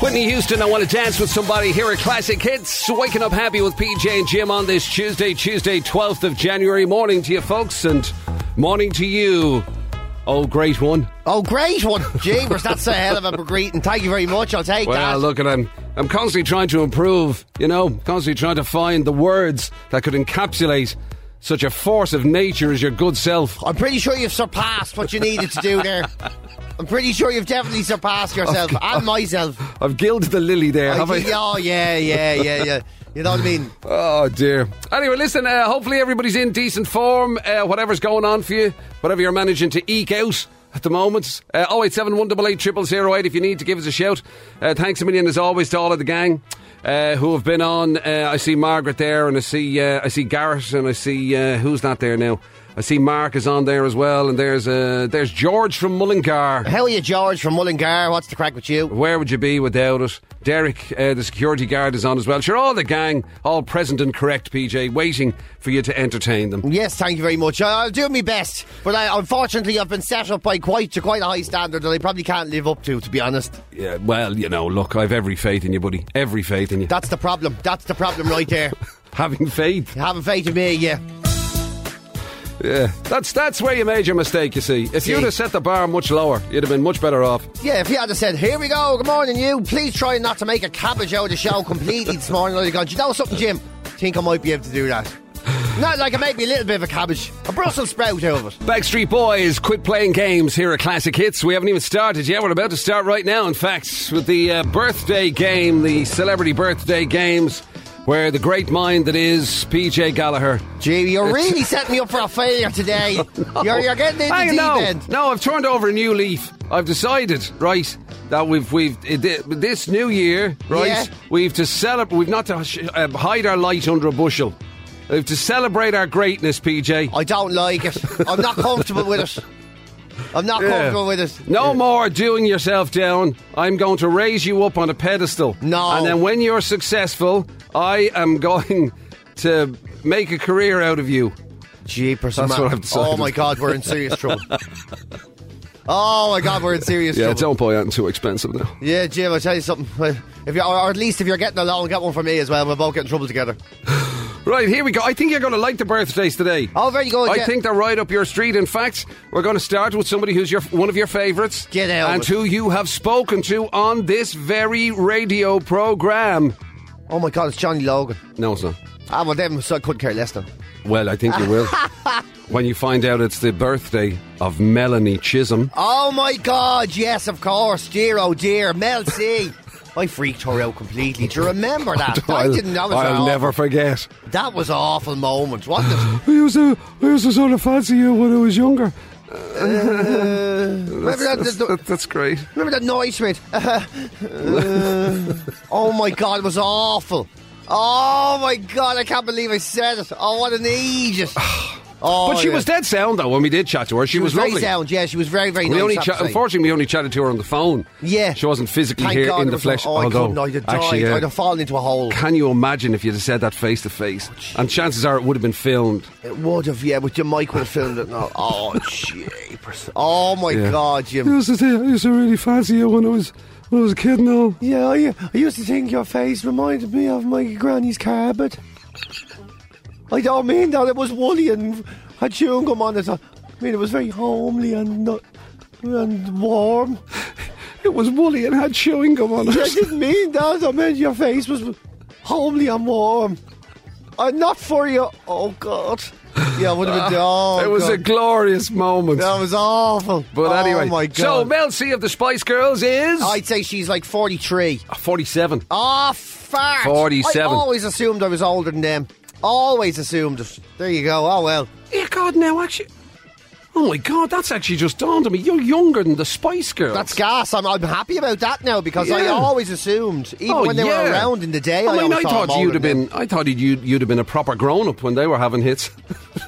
Whitney Houston, I want to dance with somebody here at Classic Hits. Waking up happy with PJ and Jim on this Tuesday, Tuesday, 12th of January. Morning to you, folks, and morning to you. Oh, great one. Oh, great one. Jeebus, that's a hell of a greeting. Thank you very much. I'll take Well, that. look at him. I'm constantly trying to improve, you know, constantly trying to find the words that could encapsulate such a force of nature as your good self. I'm pretty sure you've surpassed what you needed to do there. I'm pretty sure you've definitely surpassed yourself and myself. I've gilded the lily there, I have think- I? Oh, yeah, yeah, yeah, yeah. You know what I mean? Oh dear. Anyway, listen. Uh, hopefully everybody's in decent form. Uh, whatever's going on for you, whatever you're managing to eke out at the moment. Oh eight seven one double eight triple zero eight. If you need to give us a shout. Uh, thanks a million as always to all of the gang uh, who have been on. Uh, I see Margaret there, and I see uh, I see Garrett, and I see uh, who's not there now. I see Mark is on there as well, and there's uh, there's George from Mullingar. How are you, George from Mullingar? What's the crack with you? Where would you be without it? Derek, uh, the security guard, is on as well. Sure, all the gang, all present and correct, PJ, waiting for you to entertain them. Yes, thank you very much. I- I'll do my best, but I, unfortunately, I've been set up by quite to quite a high standard that I probably can't live up to, to be honest. Yeah, well, you know, look, I've every faith in you, buddy. Every faith in you. That's the problem. That's the problem right there. Having faith. Having faith in me, yeah. Yeah. That's that's where you made your mistake, you see. If See. you'd have set the bar much lower, you'd have been much better off. Yeah, if you had have said, here we go, good morning you, please try not to make a cabbage out of the show completely this morning. I'd have gone, "Do you know something, Jim? think I might be able to do that. Not like I make me a little bit of a cabbage, a Brussels sprout out of it. Backstreet Boys, quit playing games here at Classic Hits. We haven't even started yet. We're about to start right now, in fact, with the uh, birthday game, the celebrity birthday games, where the great mind that is PJ Gallagher. Gee, you're really setting me up for a failure today. You're, you're getting in the I deep know. end. No, I've turned over a new leaf. I've decided, right, that we've we've it, it- this new year, right, Yeah. we've to celebrate. We've not to sh- uh, hide our light under a bushel. We've to celebrate our greatness, PJ. I don't like it. I'm not comfortable with it. I'm not comfortable with it. No more doing yourself down. I'm going to raise you up on a pedestal. No. And then when you're successful, I am going to make a career out of you. Jeepers, That's man. what I've decided. Oh my god, we're in serious trouble. oh my god, we're in serious Yeah, trouble. don't buy anything too expensive now. Yeah, Jim, I'll tell you something. Well, If you, or, or at least if you're getting a loan, get one for me as well. We'll both get in trouble together. Right, here we go. I think you're going to like the birthdays today. Oh, very good. I yeah. think they're right up your street. In fact, we're going to start with somebody who's your one of your favourites. Get out. And who you have spoken to on this very radio programme. Oh my God, it's Johnny Logan. No, it's not. Ah, well, them so I couldn't care less than. Well, I think you will. when you find out it's the birthday of Melanie Chisholm. Oh my God, yes, of course, dear oh dear, Mel C. I freaked her out completely. Do you remember that? I didn't. That was Oh, an I'll awful, never forget. That was an awful moment, wasn't it? I used, to, I used to sort of fancy you when I was younger. remember that? That's, the- that- that's great. Remember that noise, mate? Uh, oh my god, it was awful. Oh my god, I can't believe I said it. Oh, what an aegis. Oh, But she yeah. was dead sound, though, when we did chat to her. She, She was, very lovely. sound, yeah. She was very, very We nice. only I have cha- to say. unfortunately we only chatted to her on the phone. Yeah. she wasn't physically Thank here God in it the was- flesh. Oh, I although, couldn't. I'd have died. actually, yeah. I'd have fallen into a hole. can you imagine if you'd have said that face to face? And chances are it would have been filmed. It would have, yeah, but your mic would have filmed it. Now. Oh, jeepers. Oh my Yeah. god, Jim. to say, I used to really fancy you when I was when I was a kid. Now, Yeah, I, I used to think your face reminded me of my granny's carpet. I don't mean that it was woolly and had chewing gum on it. I mean it was very homely and not, and warm. it was woolly and had chewing gum on I it. didn't mean that. I meant your face was homely and warm. I'm not for you. Oh God. Yeah, it would have been. Oh, it was a God. glorious moment. That was awful. But anyway, oh my God. so Mel C of the Spice Girls is I'd say she's like 43. 47. Oh, fart. 47. I always assumed I was older than them. Always assumed it. There you go. Oh, well. Yeah, God, now actually, oh my God, that's actually just dawned on me. You're younger than the Spice Girls. That's gas. I'm, I'm happy about that now because I Yeah. Oh, always assumed, even when they were around in the day, I mean, I, always thought them older you'd have than them. been, I thought you'd, you'd you'd have been a proper grown up when they were having hits.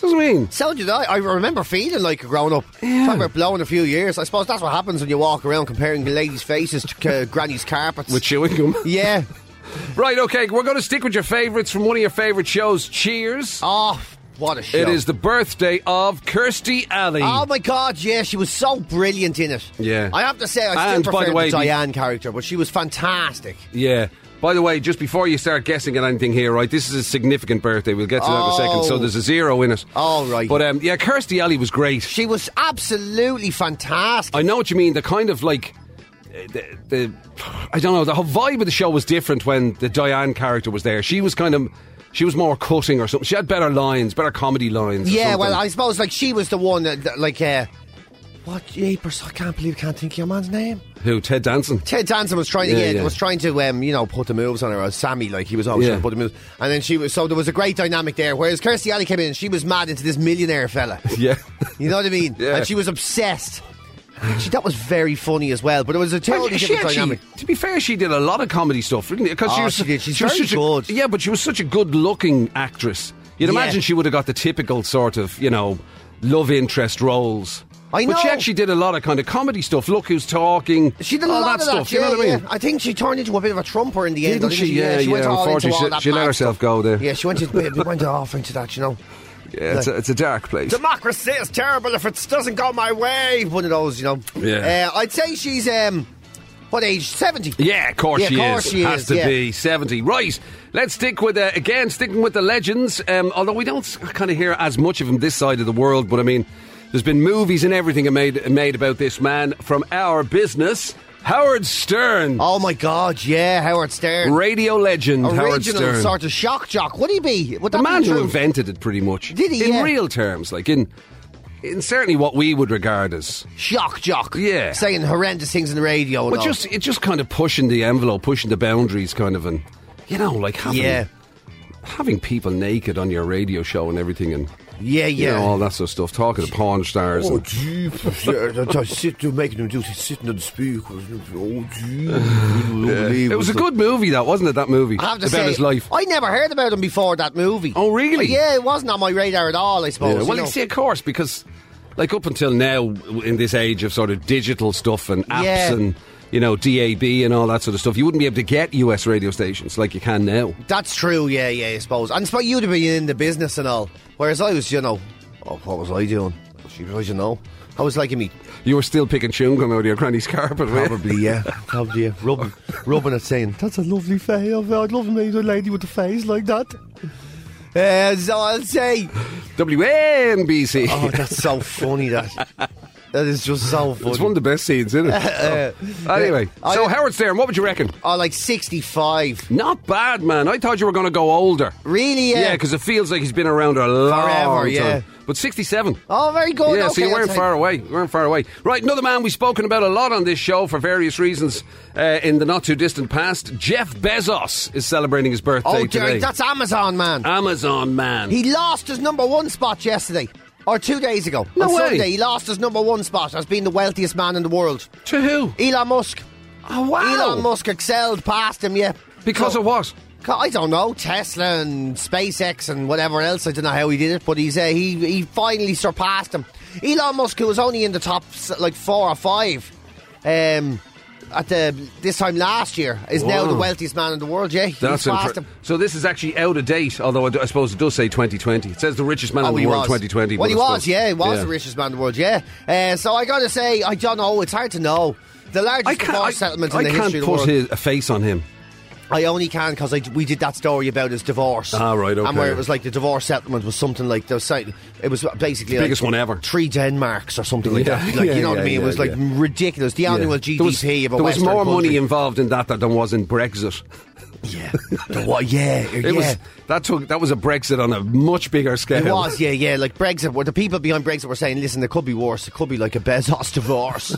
Doesn't mean. So did I. I remember feeling like a grown up. Yeah. Talking about blowing a few years. I suppose that's what happens when you walk around comparing the ladies' faces to uh, granny's carpets. With chewing gum. yeah. right, okay, we're going to stick with your favourites from one of your favourite shows, Cheers. Oh, What a show. It is the birthday of Kirsty Alley. Oh my God! Yeah, she was so brilliant in it. Yeah. I have to say, I still And, by prefer the way, the the- Diane character, but she was fantastic. Yeah. By the way, just before you start guessing at anything here, right? This is a significant birthday. We'll get to that in a second. So Oh. there's a zero in it. All right. But um, yeah, Kirsty Alley was great. She was absolutely fantastic. I know what you mean. The kind of like uh, the, the I don't know. The whole vibe of the show was different when the Diane character was there. She was kind of she was more cutting or something. She had better lines, better comedy lines. or yeah, well, something. I suppose like she was the one that, that, like uh, what? Jeepers, I can't believe I can't think of your man's name. who Ted Danson. Ted Danson was trying to Yeah, yeah, yeah. was trying to um, you know put the moves on her. Or Sammy, like he was always Yeah. trying to put the moves, and then she was so there was a great dynamic there. Whereas Kirstie Alley came in, and she was mad into this millionaire fella. Yeah. You know what I mean? Yeah. And she was obsessed. Actually, that was very funny as well. But it was a Well, totally she different actually- dynamic. to be fair, she did a lot of comedy stuff, didn't Because she Oh, was, she did. She's she was very such good. A, yeah, but she was such a good-looking actress. You'd Yeah. imagine she would have got the typical sort of, you know, love interest roles. I But she know. actually did a lot of kind of comedy stuff. Look who's talking. She did a all lot that of stuff. that. you know yeah, what I mean? yeah. I think she turned into a bit of a trumper in the end. Didn't though, she? Yeah, she went yeah, all into unfortunately, all she- that she let mad herself stuff. go there. Yeah, she went, into, we went off into that, you know. Yeah, it's, a, it's a dark place. Democracy is terrible if it doesn't go my way. One of those, you know. Yeah. Uh, I'd say she's, um, what age? 70. Yeah, of course Yeah, of she course is. she Has is, to yeah. be seventy. Right. Let's stick with uh, again sticking with the legends. Um, although we don't kind of hear as much of him this side of the world, but I mean, there's been movies and everything made made about this man from our business, Howard Stern, Oh my God, yeah, Howard Stern. radio legend Howard Original Stern. sort of shock jock. Would he be? Would the that man be who true? invented it, pretty much. Did he, In yeah. real terms, like in in certainly what we would regard as shock jock. Yeah. Saying horrendous things on the radio. and But all. just it just kind of pushing the envelope, pushing the boundaries, kind of, and you know, like having Yeah. having people naked on your radio show and everything, and Yeah, you yeah. know, all that sort of stuff, talking to porn stars. Oh, And, jeepers. Yeah, that I sit there making him do he's sitting on the speaker. Oh, jeepers. it was a good movie, that wasn't it? That movie I have to about say, his life. I never heard about him before that movie. Oh, really? yeah, it wasn't on my radar at all. I suppose. Yeah, you well, know. you see, of course, because like up until now, w- in this age of sort of digital stuff and apps Yeah. and you know DAB and all that sort of stuff, you wouldn't be able to get US radio stations like you can now. that's true. Yeah, yeah, I suppose. And I suppose you'd have been in the business and all, whereas I was, you know, oh, what was I doing? She was, I don't know. I was like in me, You were still picking chewing gum out of your granny's carpet, were you? probably yeah, probably yeah, rubbing, rubbing it, saying that's a lovely face. I'd love to meet a lady with a face like that. Uh, so I'll say, WNBC. oh, that's so funny. That that is just so funny. It's one of the best scenes, isn't it? Oh. anyway, Uh, I- so Howard Stern, what would you reckon? Oh, like 65. Not bad, man. I thought you were going to go older. Really? Yeah. Yeah, because it feels like he's been around a long Forever, yeah. time. But 67. oh, very good. yeah, okay, so you I'll weren't take- far away. You weren't far away. Right, another man we've spoken about a lot on this show for various reasons uh, in the not too distant past. Jeff Bezos is celebrating his birthday Oh, today. Uh, Jerry, that's Amazon, man. Amazon man. he lost his number one spot yesterday. Or two days ago. No on way. Sunday, he lost his number one spot as being the wealthiest man in the world. to who? Elon Musk. Oh, wow. Elon Musk excelled past him, yeah. Because So- of what? I don't know Tesla and SpaceX and whatever else. I don't know how he did it, but he's uh, he he finally surpassed him. Elon Musk, who was only in the top s- like four or five, um, at the this time last year, is now Wow. the wealthiest man in the world. Yeah, he's That's passed impre- him. so. This is actually out of date, although I, do- I suppose it does say 2020. It says the richest man in the Oh, he world was. 2020. Well, but he I was. suppose- Yeah, he was the richest man in the world. Yeah. Uh, so I gotta say, I don't know. It's hard to know. The I largest can't. divorce I, settlement I in the can't history of put the world. his, a face on him. I only can because we did that story about his divorce. Ah, right, okay. And where it was like the divorce settlement was something like there was, like- it was basically biggest like one ever. three Denmarks or something like Yeah, that. Like yeah, you know what yeah, I mean? it yeah, was like yeah. ridiculous. The annual GDP There was, of a there was Western more money country. involved in that than there was in Brexit. yeah, The what- yeah, yeah. It was that took that was a Brexit on a much bigger scale. It was, yeah, yeah. Like Brexit, where the people behind Brexit were saying, "Listen, it could be worse. It could be like a Bezos divorce."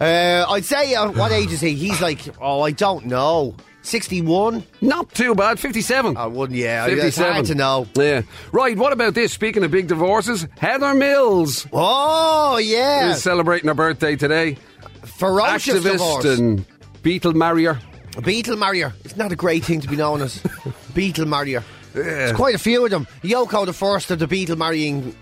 uh, I'd say, uh, what age is he? He's like, oh, I don't know, sixty-one. Not too bad. Fifty-seven. I wouldn't. Yeah, I- it's 57. hard to know. Yeah. Right, what about this? Speaking of big divorces, Heather Mills Oh yeah, is celebrating her birthday today. ferocious Activist divorce. and Beatle Marrier. A beetle marrier. It's not a great thing to be known as. beetle marrier. There's quite a few of them. Yoko the first of the beetle marrying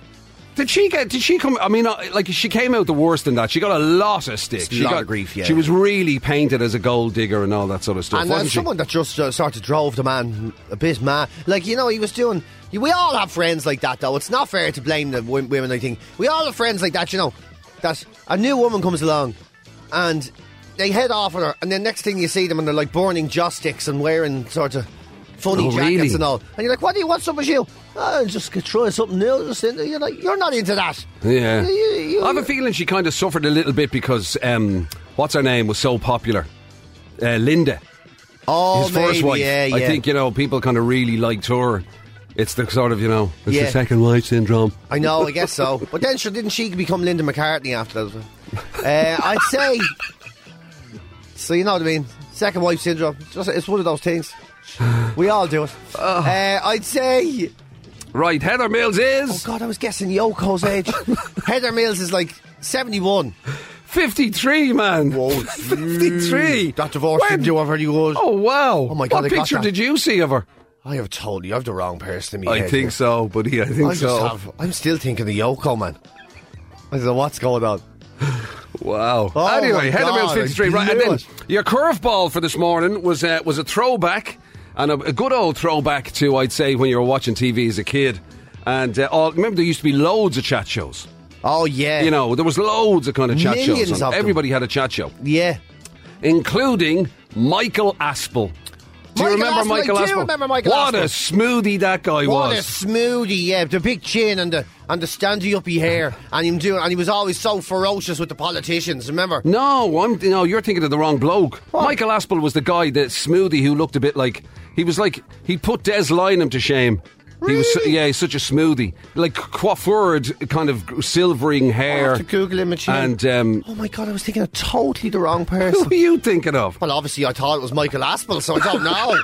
Did she get? Did she come? I mean, uh, like she came out the worst in that. She got a lot of stick. It's a She lot got of grief, yeah. She was really painted as a gold digger and all that sort of stuff. And wasn't that's she? someone that just uh, sort of drove the man a bit mad. Like, you know, he was doing. We all have friends like that, though. It's not fair to blame the wo- women, I think. We all have friends like that, you know. That a new woman comes along and they head off with her, and then next thing you see them, and they're like burning joss sticks and wearing sort of funny Oh, jackets really? and all. And you're like, what do you, what's up with you? Oh, just get- trying something new. Just in, you're, like, you're not into that. Yeah. You- you- you- I have a feeling she kind of suffered a little bit because um, what's her name was so popular, uh, Linda, oh, his first maybe, wife. Yeah, yeah. I think you know people kind of really liked her. It's the sort of you know it's Yeah. the second wife syndrome. I know, I guess so. But then, sure, didn't she become Linda McCartney after that? Uh, I'd say. So you know what I mean? Second wife syndrome. Just, it's one of those things. We all do it. Uh, I'd say. Right, Heather Mills Oh is God, I was guessing Yoko's age. Heather Mills is like seventy-one. fifty-three, man. fifty-three. That divorce When- didn't do her any good. Oh wow! Oh, my God, What I got picture that. did you see of her? I have told you, I've the wrong person in my I head. think so, but yeah, I think I just so. have. I'm still thinking of Yoko, man. I don't know what's going on. Wow. Oh anyway, my Heather Mills God, 53. I Right, and blew then it. your curveball for this morning was uh, was a throwback, and a, a good old throwback to, I'd say, when you were watching TV as a kid. And uh, all, remember, there used to be loads of chat shows. Oh yeah, You know, there was loads of kind of chat Millions shows. of them. on. Everybody had a chat show, yeah. including Michael Aspel. Do you Michael remember Aspel, I Michael do Aspel? remember Michael what Aspel. a smoothie that guy What a was. smoothie, yeah. The big chin and the and the standy uppy hair. And him doing and he was always so ferocious with the politicians, remember? No, I'm no. You're thinking of the wrong bloke. Michael Aspel was the guy, the smoothie, who looked a bit like he was like he put Des Lynam to shame. He was, su- Really? yeah, he's such a smoothie, like coiffured, kind of silvering hair. have to Google image him. And um, Oh my god, I was thinking of totally the wrong who person. are you thinking of? well obviously I thought it was Michael Aspel, so I don't know.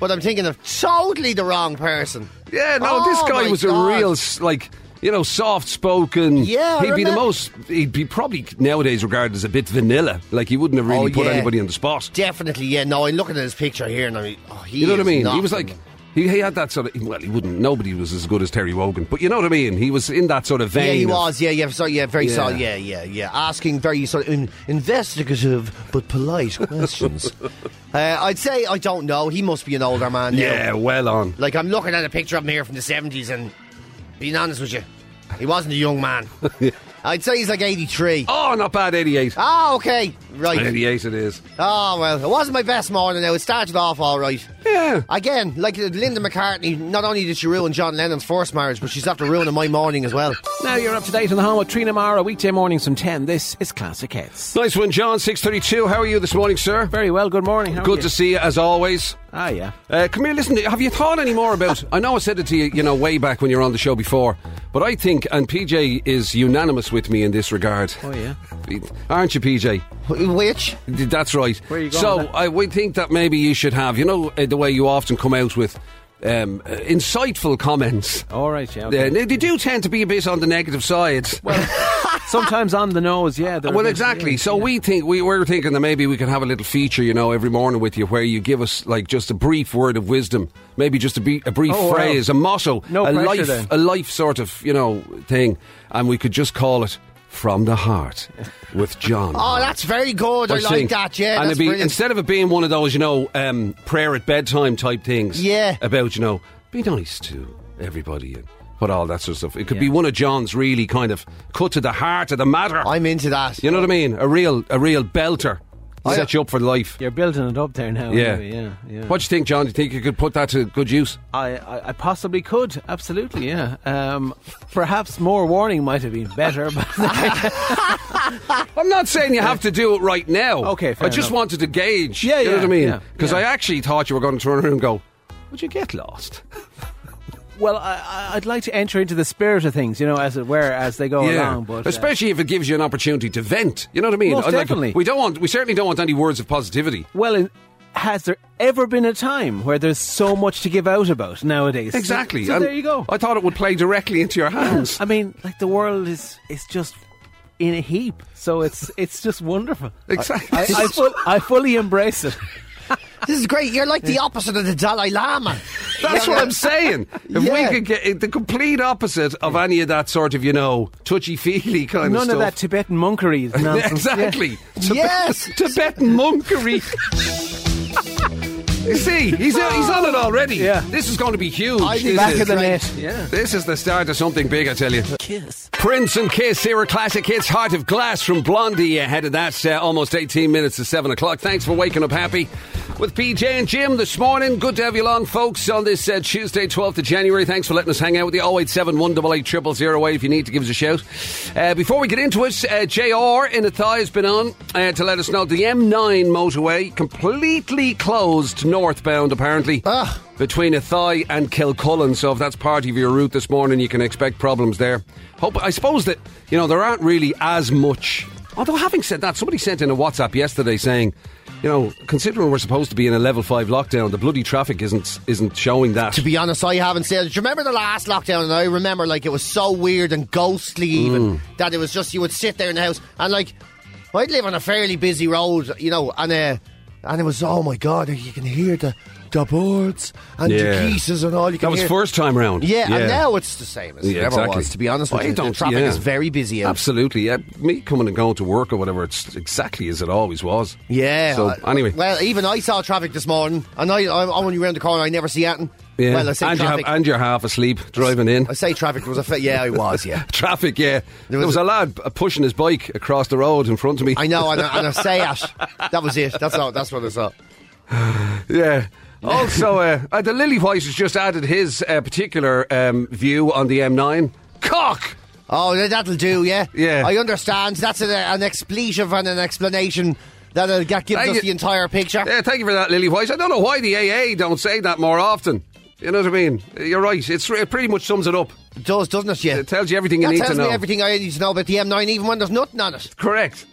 but I'm thinking of totally the wrong person. Yeah, no, Oh this guy my was God. a real s- like. You know, soft-spoken. Yeah, I he'd be the remem- most. He'd be probably nowadays regarded as a bit vanilla. Like he wouldn't have really Oh, put yeah. anybody on the spot. Definitely, yeah, no, I'm looking at his picture here and I mean oh, he You know what I is mean? He not was the like, man. he, he had that sort of. Well, he wouldn't. Nobody was as good as Terry Wogan, but you know what I mean. He was in that sort of vein. yeah, he of- was. Yeah, yeah, sorry, yeah, very Yeah. solid. Yeah, yeah, yeah. Asking very sort of in, investigative but polite questions. uh, I'd say I don't know. He must be an older man. now. Yeah, well on. Like I'm looking at a picture of him here from the seventies, and being honest with you, he wasn't a young man. I'd say he's like eighty-three. Oh, Oh, not bad. Eighty-eight. okay, right. Eighty-eight. It is. Oh well, it wasn't my best morning. Now it started off all right. Yeah. Again, like uh, Linda McCartney, not only did she ruin John Lennon's first marriage, but she's after ruining my morning as well. Now you're up to date on the home with Trina Mara, weekday mornings from 10. This is Classic Hits. Nice one, John. Six thirty-two. How are you this morning, sir? Very well, good morning. How are Good you? to see you as always. Ah, yeah. Uh, come here, listen. to- Have you thought any more about? I know I said it to you, you know, way back when you were on the show before, but I think, and PJ is unanimous with me in this regard. Oh, yeah. Aren't you, PJ? Which? That's right. Where are you going so with that? I would think that maybe you should have, you know, uh, the way you often come out with um, uh, insightful comments. All right, yeah. Uh, okay. they, they do tend to be a bit on the negative side. Sometimes on the nose, yeah. they're a well, bit- exactly. yeah, so yeah. we think we were thinking that maybe we could have a little feature, you know, every morning with you, where you give us like just a brief word of wisdom, maybe just a, be- a brief Oh, wow. phrase, a motto, No a pressure life, then. a life sort of, you know, thing, and we could just call it "From the Heart" with John. Oh, that's very good. I, I like think. that. Yeah, and that's it'd be, brilliant. instead of it being one of those, you know, um, prayer at bedtime type things. Yeah. About you know, be nice to everybody and put all that sort of stuff. It could be one of John's really kind of cut to the heart of the matter. I'm into that. you know what I mean? A real, a real belter. I- Set you up for life. You're building it up there now. Yeah. anyway, yeah, yeah. What do you think, John? Do you think you could put that to good use? I, I, I possibly could, absolutely, yeah. Um, perhaps more warning might have been better, but I'm not saying you have to do it right now. Okay, fair I just enough. wanted to gauge. Yeah, you know yeah, what I mean? yeah, Because yeah. I actually thought you were going to turn around and go, "Would you get lost?" well, I- I, I'd like to enter into the spirit of things, you know, as it were, as they go along. But uh, especially if it gives you an opportunity to vent. You know what I mean? Most Like, definitely. we don't want. We certainly don't want any words of positivity. Well, in, has there ever been a time where there's so much to give out about nowadays? Exactly. So, And there you go. I thought it would play directly into your hands. I mean, like the world is is just in a heap, so it's it's just wonderful. exactly. I, I, full, I fully embrace it. This is great. You're like the opposite of the Dalai Lama. That's what I'm saying. If Yeah. we could get it- the complete opposite of any of that sort of, you know, touchy feely kind None of stuff. of that Tibetan monkery is Yeah, nonsense. exactly. Tibet- Yes. Tibetan monkery. you see, he's, uh, he's on it already. Yeah. This is going to be huge. I think This Back is- of the Right. net. Yeah. this is the start of something big, I tell you. Kiss. Prince and Kiss here at Classic Hits, Heart of Glass from Blondie. Ahead of that, uh, almost 18 minutes to 7 o'clock. Thanks for waking up happy with PJ and Jim this morning. Good to have you along, folks, on this uh, Tuesday, 12th of January. Thanks for letting us hang out with you. 087 188 if you need to give us a shout. Uh, before we get into it, uh, JR in a thigh has been on uh, to let us know the M9 motorway completely closed northbound, apparently Ah. between a thigh and Kilcullen. So if that's part of your route this morning, you can expect problems there. Hope I suppose that you know there aren't really as much. Although having said that, somebody sent in a WhatsApp yesterday saying, you know, considering we're supposed to be in a level five lockdown, the bloody traffic isn't isn't showing that. To be honest, I haven't said it. Do you remember the last lockdown? And I remember, like, it was so weird and ghostly, even, Mm. that it was just you would sit there in the house. And, like, I'd live on a fairly busy road, you know, and uh, and it was, oh my God, you can hear the, the birds and Yeah. the geese and all. You can that was hear. first time round. Yeah, and now it's the same as Yeah, it ever exactly. was, to be honest with I you. The don't- traffic yeah. is very busy. out. Absolutely, yeah. Me coming and going to work or whatever, it's exactly as it always was. Yeah. So uh, anyway, Well, even I saw traffic this morning, and I, I'm I'm only round the corner, I never see anything. yeah. Well, I say and, you have, traffic. and you're half asleep driving in. I say traffic was a. Fa- yeah, I was, yeah. Traffic, yeah. There was, was a, a- lad uh, pushing his bike across the road in front of me. I know, and I, and I say it. That was it. That's all, That's what I saw. Yeah. Also, uh, uh, the Lily White has just added his uh, particular um, view on the M9. Cock! Oh, th- that'll do. Yeah, Yeah. I understand. That's an, an expletive and an explanation that'll get gives Thank us you. the entire picture. Yeah, thank you for that, Lily White. I don't know why the AA don't say that more often. You know what I mean? You're right. It's, it pretty much sums it up. It does, doesn't it? Yeah, It tells you everything you that need tells to know. me everything I need to know about the M9, even when there's nothing on it. Correct.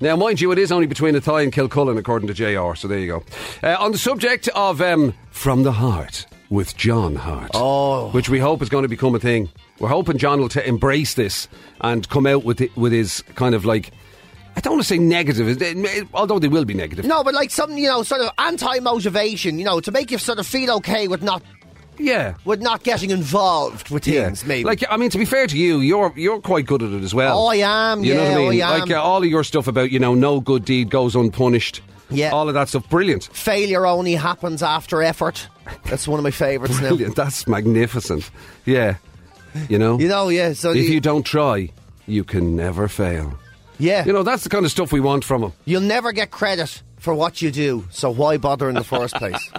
Now, mind you, it is only between a tie and Kilcullen, according to JR, so there you go. Uh, on the subject of um, From the Heart with John Hart, oh. which we hope is going to become a thing. We're hoping John will t- embrace this and come out with it, with his kind of like, I don't want to say negative, it- it- although they will be negative. No, but like something you know, sort of anti-motivation. You know, to make you sort of feel okay with not Yeah. with not getting involved with things. Maybe Like I mean, to be fair to you, you're you're quite good at it as well. Oh, I am, You know yeah, what I mean? I am. Like uh, all of your stuff about you know, no good deed goes unpunished. Yeah. all of that stuff, brilliant. failure only happens after effort. That's one of my favourites now. Brilliant. That's magnificent. Yeah. You know? You know, yeah. So if the- you don't try, you can never fail. yeah, You know, that's the kind of stuff we want from him. You'll never get credit for what you do, so why bother in the first place?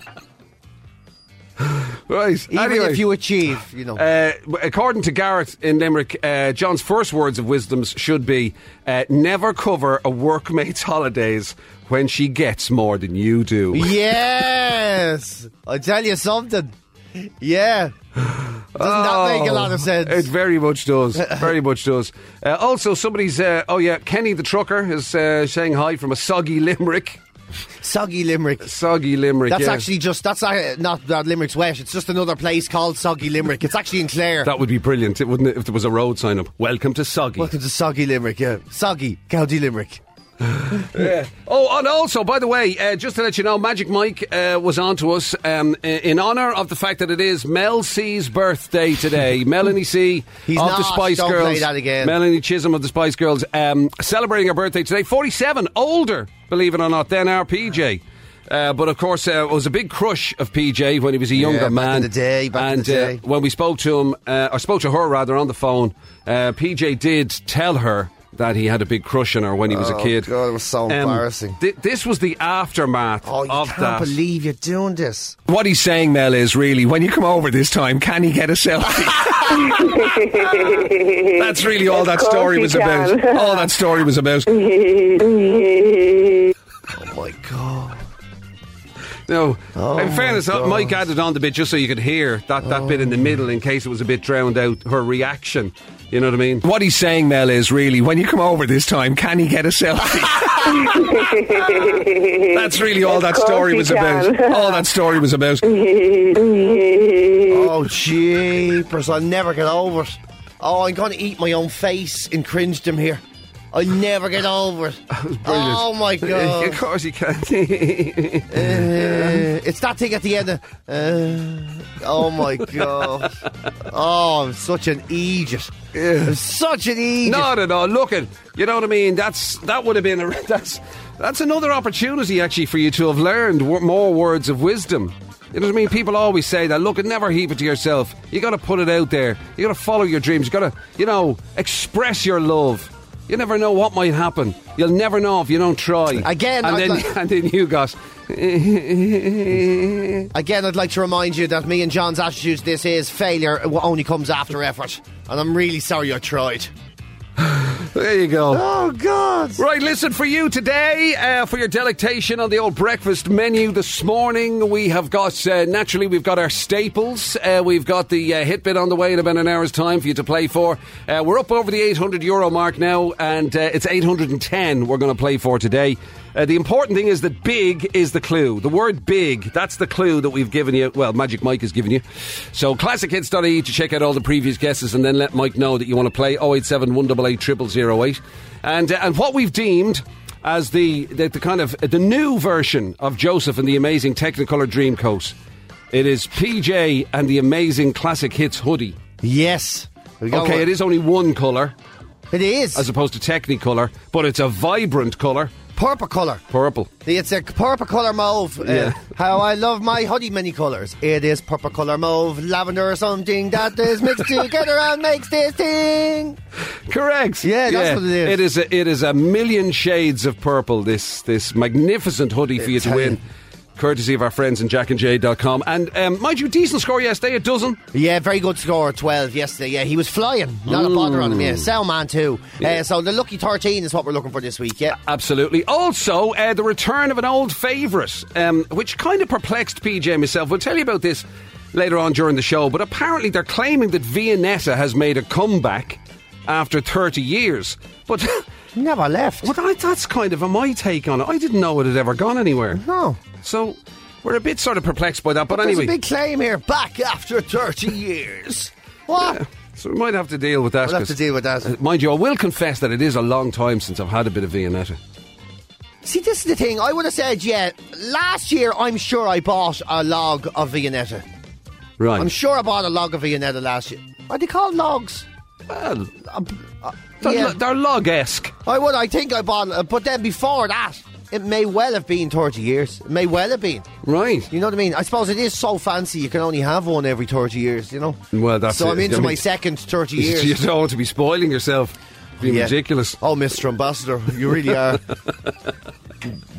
Right. Even anyway. if you achieve, you know. Uh, according to Garrett in Limerick, uh, John's first words of wisdoms should be uh, never cover a workmate's holidays when she gets more than you do. yes! I tell you something. Yeah. Doesn't that make a lot of sense? Oh, It very much does. Very much does. Uh, also, somebody's, uh, oh yeah, Kenny the trucker is uh, saying hi from a soggy Limerick. Soggy Limerick. Soggy Limerick. That's yeah. actually just, that's uh, not that Limerick's wet, it's just another place called Soggy Limerick. It's actually in Clare. That would be brilliant, it wouldn't it, if there was a road sign up. Welcome to Soggy. Welcome to Soggy Limerick, yeah. Soggy, County Limerick. Oh, and also, by the way, uh, just to let you know, Magic Mike uh, was on to us um, i- in honour of the fact that it is Mel C's birthday today. Melanie C He's of the not. Spice Don't play Girls. that again. Melanie Chisholm of the Spice Girls um, celebrating her birthday today. 47, older, believe it or not, than our PJ. Uh, but of course, uh, it was a big crush of PJ when he was a younger back in man. the day, back in and the uh, day. when we spoke to him, uh, or spoke to her rather, on the phone, uh, PJ did tell her that he had a big crush on her when he was a kid. Um, Oh, God, it was so embarrassing. thi- this was the aftermath Oh, you of can't that. believe you're doing this. What he's saying, Mel, is really when you come over this time, can he get a selfie? that's really all that course story he was can. about. All that story was about. Oh my God. No, in fairness, Oh, uh, God. Mike added on the bit just so you could hear that, that bit in the middle in case it was a bit drowned out. Her reaction, you know what I mean? What he's saying, Mel, is really when you come over this time, can he get a selfie? that's really all that course story he was can. about. All that story was about. Oh, jeepers, I'll never get over it. Oh, I'm going to eat my own face in cringedom here. I'll never get over it. Oh my god! Of course you can. Uh, it's that thing at the end. Of, uh, oh my god! Oh, I'm such an idiot. I'm such an idiot. Not at all. Look at you know what I mean. That's that would have been a, that's that's another opportunity actually for you to have learned w- more words of wisdom. You know what I mean? People always say that. Look, never keep it to yourself. You got to put it out there. You got to follow your dreams. You got to you know express your love. You never know what might happen. You'll never know if you don't try. Again, and I'd then like- and then you got. Again, I'd like to remind you that me and John's attitude to this is failure only comes after effort, and I'm really sorry I tried. There you go. Oh, God. Right, listen, for you today, uh, for your delectation on the old breakfast menu this morning, we have got, uh, naturally, we've got our staples. Uh, we've got the uh, hit bit on the way in about an hour's time for you to play for. Uh, we're up over the 800 euro mark now, and uh, it's 810 we're going to play for today. Uh, the important thing is that big is the clue. The word big, that's the clue that we've given you. Well, Magic Mike has given you. So, classichits.ie to check out all the previous guesses and then let Mike know that you want to play 087 188 0008. And, uh, and what we've deemed as the, the, the kind of the new version of Joseph and the Amazing Technicolor Dreamcoat. It is PJ and the Amazing Classic Hits hoodie. Yes. We got Okay, one. it is only one colour It is as opposed to Technicolor, but it's a vibrant colour, purple color. purple. It's a purple color mauve. Uh, Yeah. How I love my hoodie many colors. It is purple color mauve, lavender or something that is mixed together and makes this thing. Correct. Yeah, that's what it is. It is a, it is a million shades of purple. This this magnificent hoodie for you to win. Courtesy of our friends in jackandjay.com. And um, mind you, decent score yesterday, a dozen. Yeah, very good score, 12 yesterday. Yeah, he was flying. Not a bother on him, yeah. Sound man, too. Uh, so the lucky 13 is what we're looking for this week, yeah. Absolutely. Also, uh, the return of an old favourite, um, which kind of perplexed PJ myself. We'll tell you about this later on during the show, but apparently they're claiming that Vianetta has made a comeback after 30 years. But, Never left. but I, that's kind of my take on it. I didn't know it had ever gone anywhere. No. So we're a bit sort of perplexed by that, but, There's anyway. a big claim here. Back after 30 years. What? so we might have to deal with that. We'll have 'cause- to deal with that. Uh, Mind you, I will confess that it is a long time since I've had a bit of Viennetta. See, this is the thing. I would have said, yeah, last year I'm sure I bought a log of Viennetta. Right. I'm sure I bought a log of Viennetta last year. Are they called logs? Well, they're, Yeah, lo- they're log-esque. I would. I think I bought it. But then before that, it may well have been 30 years. It may well have been. Right. You know what I mean? I suppose it is so fancy you can only have one every 30 years, you know? Well, that's So it. I'm into I mean, my second 30 years. You don't want to be spoiling yourself. Being Yeah. ridiculous. Oh, Mr. Ambassador, you really are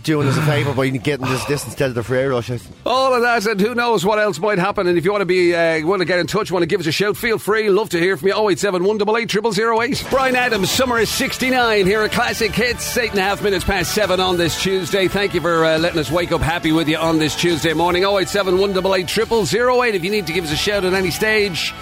doing us a favour by getting this, this instead of the Ferrero. Rocher. All of that, and who knows what else might happen. And if you want to be, uh, want to get in touch, want to give us a shout, feel free. Love to hear from you. 087 188 0008. Brian Adams, Summer is 69 here at Classic Hits. Eight and a half minutes past seven on this Tuesday. Thank you for uh, letting us wake up happy with you on this Tuesday morning. 087 188 0008. If you need to give us a shout at any stage,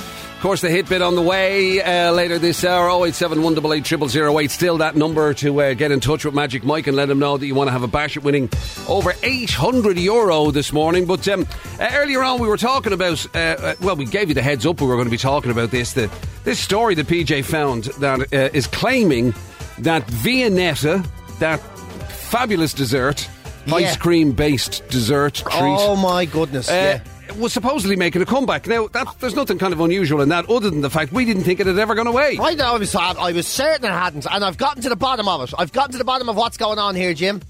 of course, the hit bit on the way uh, later this hour 087 188 0008. Still that number to uh, get in touch with Magic Mike and let him know that you want to have a bash at winning over 800 euro this morning. But um, uh, earlier on, we were talking about, uh, uh, well, we gave you the heads up we were going to be talking about this. The, this story that PJ found that uh, is claiming that Viennetta, that fabulous dessert, ice cream based dessert treat. Oh, my goodness. Uh, yeah. was supposedly making a comeback. Now, that, there's nothing kind of unusual in that, other than the fact we didn't think it had ever gone away. I know I was, I was certain it hadn't, and I've gotten to the bottom of it. I've gotten to the bottom of what's going on here, Jim.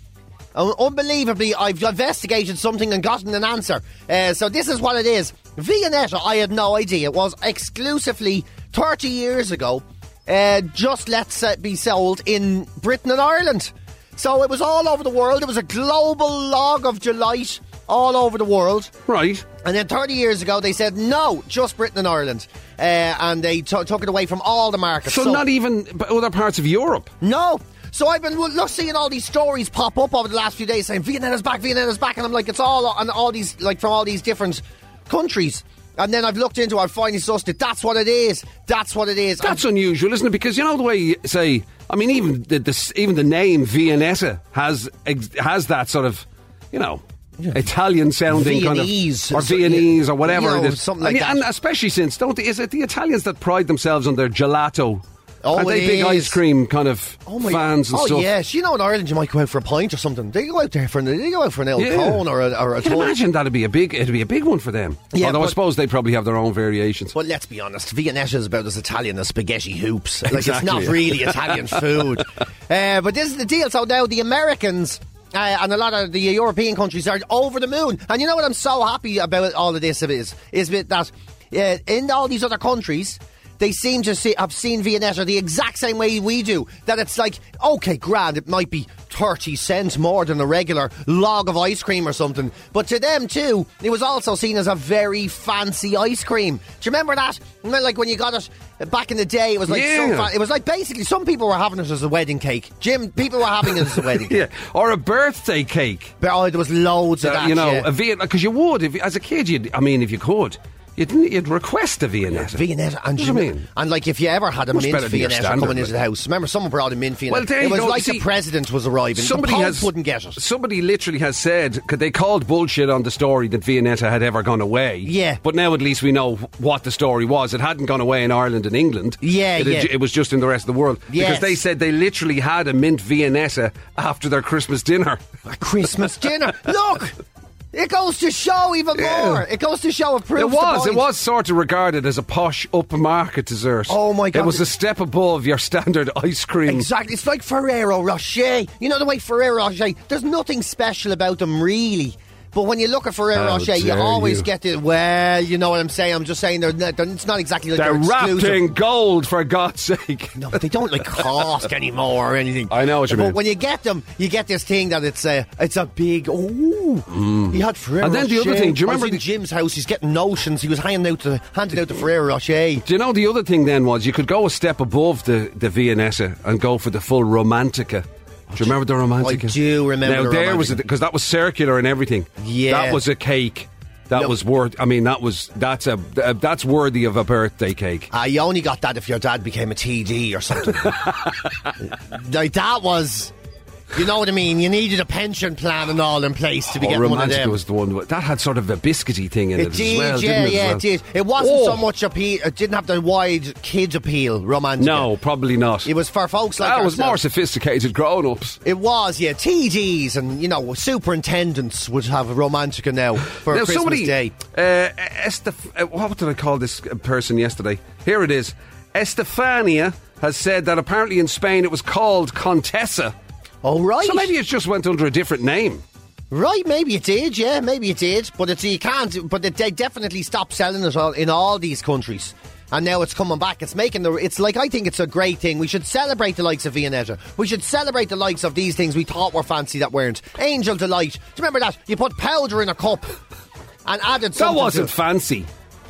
Un- Unbelievably, I've investigated something and gotten an answer. Uh, so this is what it is. Viennetta, I had no idea. It was exclusively 30 years ago, uh, just let's uh, be sold in Britain and Ireland. So it was all over the world. It was a global log of delight all over the world. Right. And then 30 years ago, they said no, just Britain and Ireland, uh, and they t- took it away from all the markets. So, not e-, even b- other parts of Europe. no. So I've been look, seeing all these stories pop up over the last few days saying Vienna's back, Vienna's back, and I'm like, it's all on all these like from all these different countries. And then I've looked into, it, I've finally sussed it. That's what it is. That's what it is. That's unusual, isn't it? Because you know the way you say, I mean, even the, the s- even the name Viennetta has ex- has that sort of, you know. Italian sounding Viennese. kind of, or So- Viennese, or yeah, whatever you know, it is, something like and, that. and especially since don't they, is it the Italians that pride themselves on their gelato Oh, Aren't they it big is. ice cream kind of fans and oh stuff? yes, you know in Ireland you might go out for a pint or something. They go out there for an, they go out for an old Yeah. cone or a, or a I can tub. imagine that'd be a big it'd be a big one for them. Yeah, Although I but- suppose they probably have their own variations. But let's be honest, Viennetta is about as Italian as spaghetti hoops. Like Exactly. it's not really Italian food. Uh, but this is the deal. So now the Americans. Uh, and a lot of the European countries are over the moon. And you know what I'm so happy about all of this is is with that uh, in all these other countries they seem to see, have seen Viennetta the exact same way we do. That it's like okay, grand, it might be thirty cents more than a regular log of ice cream or something, but to them too, it was also seen as a very fancy ice cream. Do you remember that? Remember, like when you got it back in the day, it was like so Yeah. fa- it was like basically some people were having it as a wedding cake. Jim, people were having it as a wedding cake. Yeah, or a birthday cake. But oh, there was loads of Uh, that. you know, yeah. a Viet because you would if, as a kid. You'd, I mean, if you could, you'd, you'd request a Viennetta. Viennetta What and do you Jim- mean? and like if you ever had a Much mint better than your Viennetta standard, coming into but- the house, remember someone brought a mint Viennetta. Well, there it you was go. like See, the president was arriving. Somebody the Pope has wouldn't get it. Somebody literally has said 'cause they called bullshit on the story that Viennetta had ever gone away. Yeah. but now at least we know what the story was. It hadn't gone away in Ireland and England. Yeah, it, yeah. it was just in the rest of the world because Yes. they said they literally had a mint Viennetta after their Christmas dinner. A Christmas dinner. Look, it goes to show even more. It goes to show it proves It the was. It point. was sort of regarded as a posh upmarket dessert. Oh, my It God. was a step above your standard ice cream. Exactly. It's like Ferrero Rocher. You know the way Ferrero Rocher. There's nothing special about them really. But when you look at Ferrero How Rocher, you dare always you. get the well. You know what I'm saying? I'm just saying they're, not, they're it's not exactly like They're they're, wrapped exclusive. in gold, for God's sake. No, but they don't like cost anymore or anything. I know what you but mean. when you get them, you get this thing that it's a it's a big ooh. He had Ferrero. Mm. And then the other Rocher. thing, do you I was remember in the- Jim's house? He's getting notions. He was handing out the handing out the Ferrero Rocher. Do you know the other thing then was you could go a step above the, the Viennetta and go for the full Romantica. Do you remember the Romantica? I do remember Now the there was Romantica. because that was circular and everything. Yeah. that was a cake. That No. was worth. I mean, that was that's a uh, that's worthy of a birthday cake. Ah, you only got that if your dad became a TD or something. like that was, you know what I mean. You needed a pension plan and all in place to be Or getting one Romantica of them. Oh, was the one that had sort of a biscuity thing in it, It did, as well. yeah, didn't it, as yeah, well? it did. It wasn't Oh. so much appeal. It didn't have the wide kids appeal, romantic. No, probably not. It was for folks like that was more ourselves. sophisticated grown-ups. It was, yeah. TDs and you know superintendents would have Romantica now for now, Christmas somebody, Day. Uh, Estef- uh, what did I call this uh, person yesterday? Here it is. Estefania has said that apparently in Spain it was called Contessa. Oh right, So maybe it just went under a different name. right, maybe it did, yeah, maybe it did. But it's you can't. But it, they definitely stopped selling it all in all these countries. And now it's coming back. It's making the. It's like I think it's a great thing. We should celebrate the likes of Viennetta. We should celebrate the likes of these things we thought were fancy that weren't. Angel delight. Do you remember that? You put powder in a cup and added. That something to wasn't it. fancy.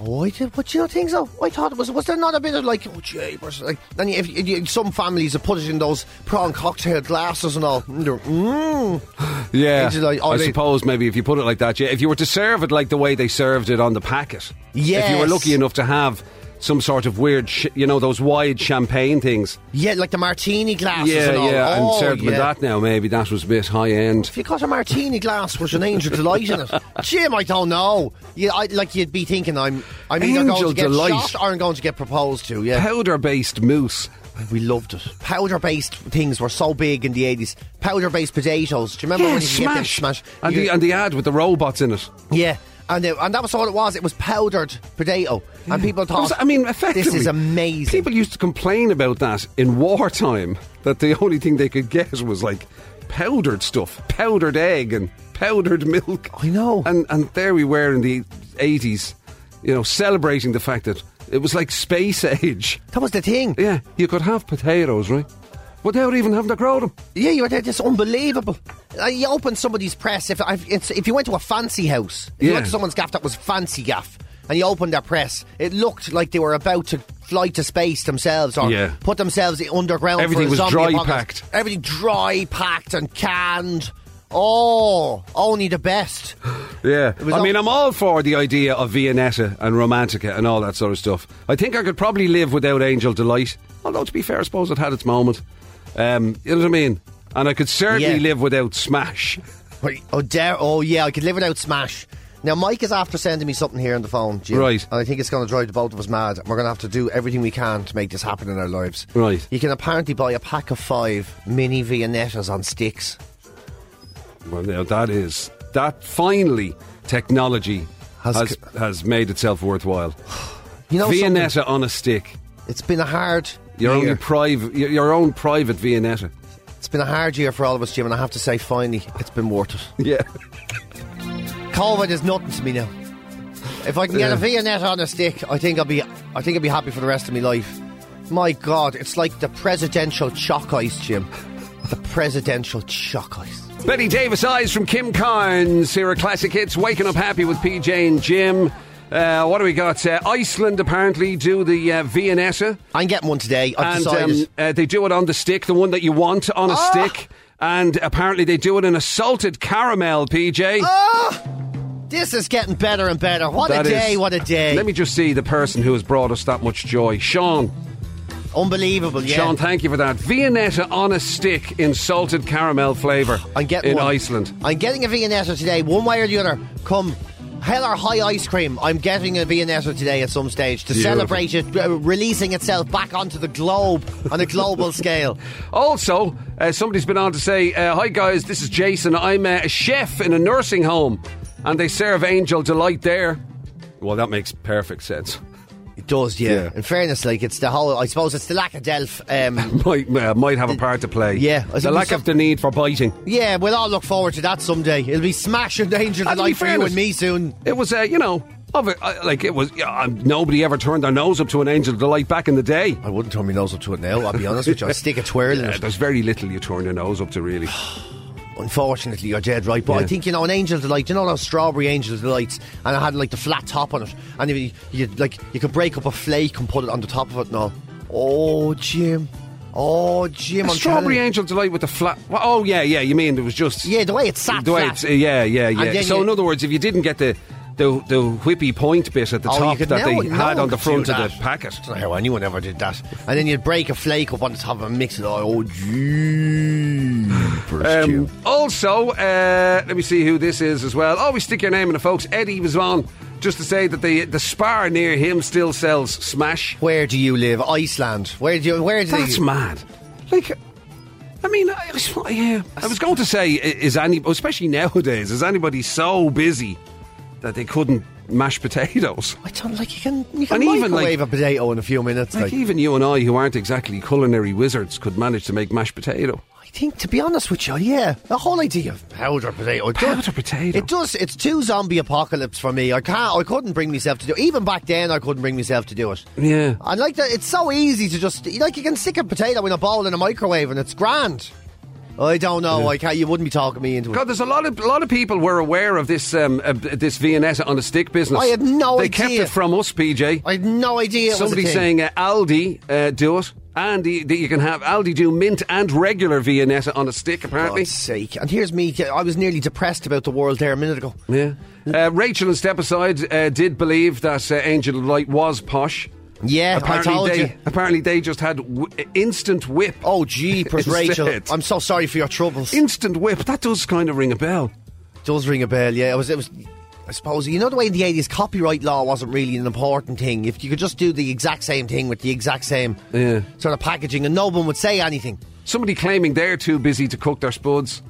Oh, I did, but you don't think so? I thought it was. Was there not a bit of like, oh, jeepers, like, and if, if, you- some families have put it in those prawn cocktail glasses and all. and they're, Mmm. Yeah, It's like- oh, I they- suppose maybe if you put it like that, yeah. If you were to serve it like the way they served it on the packet, if you were Yes. lucky enough to have some sort of weird, sh- you know, those wide champagne things, Yeah, like the martini glasses yeah, and all. yeah, oh, and served them in yeah. that. Now maybe that was a bit high end. If you got a martini glass with an angel delight in it, Jim, I don't know. Yeah, I, like you'd be thinking, I'm, I'm either Angel going to get delight. shot or I'm going to get proposed to. Yeah, Powder based mousse. we loved it. Powder-based things were so big in the eighties. Powder-based potatoes. Do you remember Yeah, when you could get them smash. smash? And, You- the, and the ad with the robots in it. Yeah. And, it, and that was all it was. It was powdered potato. And people That thought, was- I mean, effectively. This is amazing. People used to complain about that in wartime, that the only thing they could get was like powdered stuff, powdered egg and powdered milk. I know. And, and there we were in the 80s, you know, celebrating the fact that it was like space age. that was the thing. Yeah, you could have potatoes, right? Without even having to grow them. Yeah, you were there. Just unbelievable. Uh, you opened somebody's press. If I've, it's, if you went to a fancy house, if Yeah. you went to someone's gaff that was fancy gaff, and you opened their press, it looked like they were about to fly to space themselves or Yeah. put themselves i- underground. Everything for a was zombie dry apocalypse. packed. Everything dry packed and canned. Oh, only the best. Yeah, was I all- mean, I'm all for the idea of Viennetta and Romantica and all that sort of stuff. I think I could probably live without Angel Delight. Although, to be fair, I suppose it had its moment. Um, you know what I mean? And I could certainly Yeah. live without Smash. Wait, Oh, dare, oh yeah, I could live without Smash. Now, Mike is after sending me something here on the phone, Jim. Right. And I think it's going to drive the both of us mad. And we're going to have to do everything we can to make this happen in our lives. Right. You can apparently buy a pack of five mini Viennettas on sticks. Well, now that is that finally technology has Has has, made itself worthwhile. You know, something? Viennetta on a stick. It's been a hard Your year. own private, your, your own private Viennetta. it's been a hard year for all of us, Jim. And I have to say, finally, it's been worth it. Yeah. COVID is nothing to me now. If I can get a Viennetta on a stick, I think I'll be I think I'll be happy for the rest of my life. My God, it's like the presidential chalk ice, Jim. The presidential chalk ice. Betty Davis eyes from Kim Carnes here at Classic Hits. Waking up happy with PJ and Jim. Uh, what do we got? Uh, Iceland apparently do the uh, Viennetta. I'm getting one today. I've and decided. um, uh, they do it on the stick, the one that you want on a Ah! stick. And apparently they do it in a salted caramel, PJ. Oh, this is getting better and better. What um, That a day, is- what a day. Let me just see the person who has brought us that much joy. Sean. Unbelievable, yeah. Sean, thank you for that. Viennetta on a stick in salted caramel flavour I'm getting in one. Iceland. I'm getting a Viennetta today, one way or the other. Come hell or high ice cream, I'm getting a Viennetta today at some stage to Beautiful. celebrate it uh, releasing itself back onto the globe on a global scale. Also, uh, somebody's been on to say, uh, Hi guys, this is Jason. I'm uh, a chef in a nursing home and they serve Angel Delight there. Well, that makes perfect sense. It does, yeah. Yeah. In fairness, like it's the whole. I suppose it's the lack of delf. Um, Might, uh, might have a part to play. yeah, I The think lack some- of the need for biting. yeah, we'll all look forward to that someday. It'll be smashing danger And to be delight for you fairness- and me soon. It was, uh, you know, of it, uh, like it was, yeah, um, nobody ever turned their nose up to an Angel Delight back in the day. I wouldn't turn my nose up to it now. I'll be honest with you. I stick a twirl in Uh, it. there's very little you turn your nose up to, really. Unfortunately, you're dead right. But Yeah. I think you know an angel delight. You know those strawberry angel delights, and it had like the flat top on it, and you, you like you could break up a flake and put it on the top of it. Now, oh Jim, oh Jim, I'm Strawberry telling you. Angel Delight with the flat. well, oh, yeah, yeah, you mean it was just. Yeah, the way it sat the way flat. it's, uh, yeah, yeah, yeah. then So, you- in other words, if you didn't get the. The, the whippy point bit at the Oh, you top could- that they no, no had on one the could front do of the that. packet. I don't know how anyone ever did that. And then you'd break a flake up on the top and mix it. all. Oh, gee. Um, also, uh, let me see who this is as well. Always stick your name in the folks. Eddie was on just to say that the the spar near him still sells smash. Where do you live? Iceland. Where do you? Where do That's you? mad. Like, I mean, I, I was- yeah. I was going to say, i- is any, especially nowadays, is anybody so busy that they couldn't mash potatoes? I don't like you can. You can And even, microwave a potato in a few minutes. Like, Like, even you and I, who aren't exactly culinary wizards, could manage to make mashed potato. I think, to be honest with you, yeah, the whole idea of powder potato. it does- Powder potato. It does. It's too zombie apocalypse for me. I can't. I couldn't bring myself to do. Even back then, I couldn't bring myself to do it. Yeah. I like that. It's so easy to just like you can stick a potato in a bowl in a microwave and it's grand. I don't know. I can't. You wouldn't be talking me into it. God, there's a lot of a lot of people were aware of this um, uh, this Viennetta on a stick business. I had no they They idea. kept it from us, PJ. I had no idea. It Somebody was a thing. saying uh, Aldi uh, do it, and the, that you can have Aldi do mint and regular Viennetta on a stick. Apparently, God's sake. And here's me. I was nearly depressed about the world there a minute ago. Yeah. Uh, Rachel and Step Aside uh, did believe that uh, Angel of Light was posh. Yeah, apparently I told they, you. Apparently they just had w- instant whip. Oh, jeepers, Rachel. Instead. I'm so sorry for your troubles. Instant whip. That does kind of ring a bell. does ring a bell, yeah. It was, it was. I suppose you know the way in the eighties, copyright law wasn't really an important thing. If you could just do the exact same thing with the exact same Yeah. sort of packaging, and no one would say anything. Somebody claiming they're too busy to cook their spuds.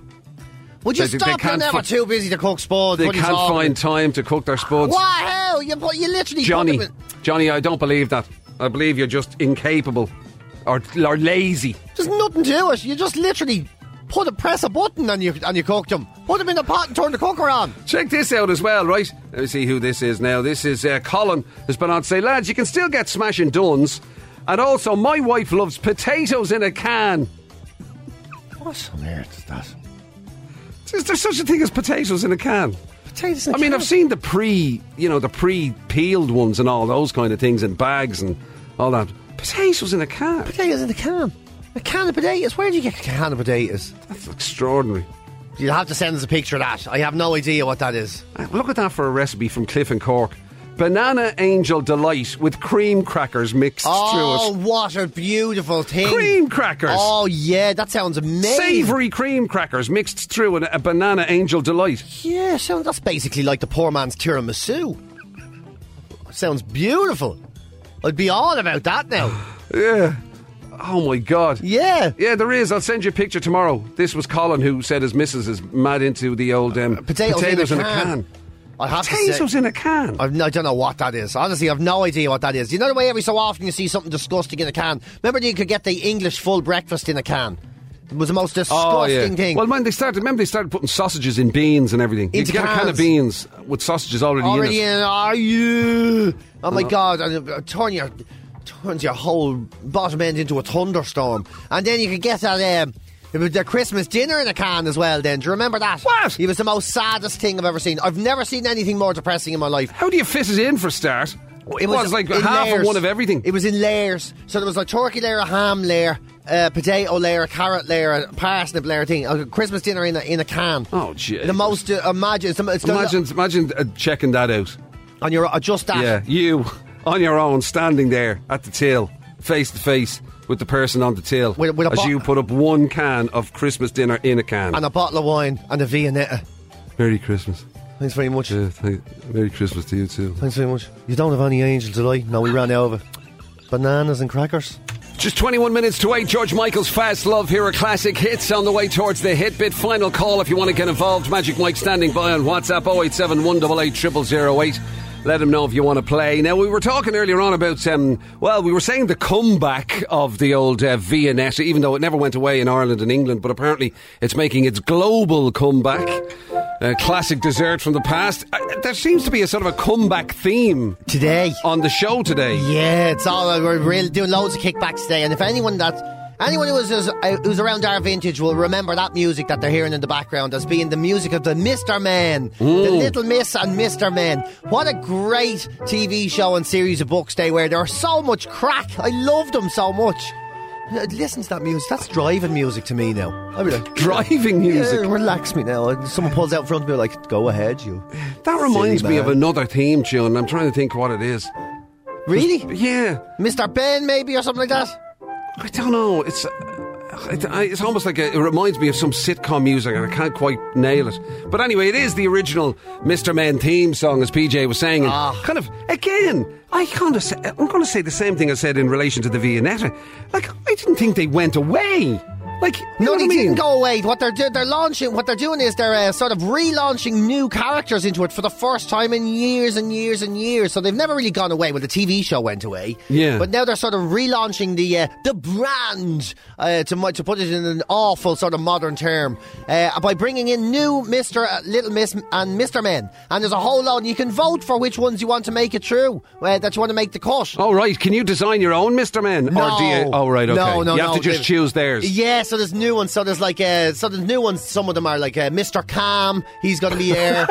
Would you They- they stop? You're can't never fi- too busy to cook sport. They can't find time to cook their spuds. What hell? You put you literally put Johnny, them in- Johnny, I don't believe that. I believe you're just incapable or, or lazy. There's nothing to it. You just literally put a press a button and you and you cooked them. Put them in the pot and turn the cooker on. Check this out as well, right? Let me see who this is now. This is uh, Colin has been on to say, lads, you can still get smashing duns. And also, my wife loves potatoes in a can. What on earth is that? Is there such a thing as potatoes in a can? Potatoes. I mean, I've seen the pre, you know, the pre-peeled ones and all those kind of things in bags and all that. Potatoes in a can. potatoes in the can. A can of potatoes. Where do you get a can of potatoes? That's extraordinary. You'll have to send us a picture of that. I have no idea what that is. Uh, Look at that for a recipe from Cliff and Cork. banana angel delight with cream crackers mixed Oh, through it. what a beautiful thing! Cream crackers. Oh yeah, that sounds amazing. Savory cream crackers mixed through in a banana angel delight. Yeah, sound, that's basically like the poor man's tiramisu. Sounds beautiful. I'd be all about that now. Yeah. Oh my god. Yeah. Yeah, there is. I'll send you a picture tomorrow. This was Colin who said his missus is mad into the old um, Uh, potatoes in a can. I have to Potatoes say. in a can. I've, no- I don't know what that is. Honestly, I've no idea what that is. You know the way every so often you see something disgusting in a can? Remember you could get the English full breakfast in a can? It was the most disgusting thing. Oh, Well, man, they started. Remember, they started putting sausages in beans and everything. You Into could get a can of cans. beans with sausages already, Already in it. in, are you? Oh my god, and it turn your turns your whole bottom end into a thunderstorm. And then you could get that um it was the Christmas dinner in a can as well then. Do you remember that? What? It was the most saddest thing I've ever seen. I've never seen anything more depressing in my life. How do you fit it in for a start? It was, like in half of layers. one of everything. It was in layers. So there was a turkey layer, a ham layer, a potato layer, a carrot layer, a parsnip layer thing. A Christmas dinner in a, in a can. Oh, jeez. The most uh, imagine it's the, it's the- imagine, imagine uh, checking that out. on your uh, just that. Yeah, you on your own, standing there at the till, face to face with the person on the till, With- with a as bo- you put up one can of Christmas dinner in a can. and a bottle of wine and a Viennetta. Merry Christmas. Thanks very much. Yeah, thank, Merry Christmas to you too. Thanks very much. You don't have any angels tonight? No, we ran out of it. Bananas and crackers. Just 21 minutes to 8. George Michael's Fast Love. Here are classic hits on the way towards the hit bit. Final call if you want to get involved. Magic Mike standing by on WhatsApp 087 188 Let him know if you want to play. Now, we were talking earlier on about, um, well, we were saying the comeback of the old uh, Viennetta, even though it never went away in Ireland and England, but apparently it's making its global comeback. A classic dessert from the past. Uh, there seems to be a sort of a comeback theme Today. on the show today. Yeah, it's all. We're really doing loads of kickbacks today. And if anyone that. Anyone who was, who's, uh, who's around our vintage will remember that music that they're hearing in the background as being the music of the Mr. Men, the Little Miss and Mr. Men. What a great TV show and series of books they were. There was so much crack. I loved them so much. Uh, Listen to that music. That's driving music to me now. I'd be like, Driving music. Yeah, relax me now. And Someone pulls out in front of me, like, go ahead, you. That reminds Silly me of man. another theme tune. I'm trying to think what it is. Really? Yeah, Mr. Ben, maybe, or something like that? I don't know. It's uh, it, I, it's almost like a, it reminds me of some sitcom music, and I can't quite nail it. But anyway, it is the original Mr. Men theme song, as PJ was saying. And Ah. Kind of again. I kind of say, I'm going to say the same thing I said in relation to the Viennetta. Like I didn't think they went away. Like you know No, what they I mean? didn't go away. What they're do- they're launching, what they're doing is they're uh, sort of relaunching new characters into it for the first time in years and years and years. So they've never really gone away. Well, the TV show went away, Yeah. But now they're sort of relaunching the uh, the brand uh, to mu- to put it in an awful sort of modern term uh, by bringing in new Mister uh, Little Miss and Mister Men. And there's a whole lot. And you can vote for which ones you want to make it through uh, that you want to make the cut. Oh right, can you design your own Mr. Men? Or do you, oh right, okay. No, no, you have no, to just they- choose theirs. Yeah, so there's new ones. So there's like, uh, so there's new ones. Some of them are like uh, Mr. Calm. He's gonna be there.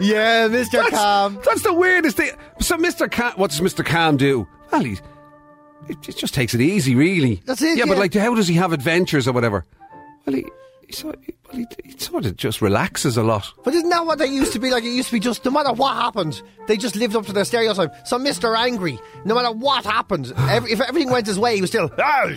yeah, Mr. Calm. That's the weirdest thing. So, Mr. Cam, what does Mr. Cam do? Well, he's, he j- just takes it easy, really. That's it, Yeah, but yeah. like, how does he have adventures or whatever? Well, he, he, sort, well, he, he sort of just relaxes a lot. But isn't that what they used to be like? It used to be just no matter what happened, they just lived up to their stereotype. So Mr. Angry, no matter what happened, ev if everything went his way, he was still. uh,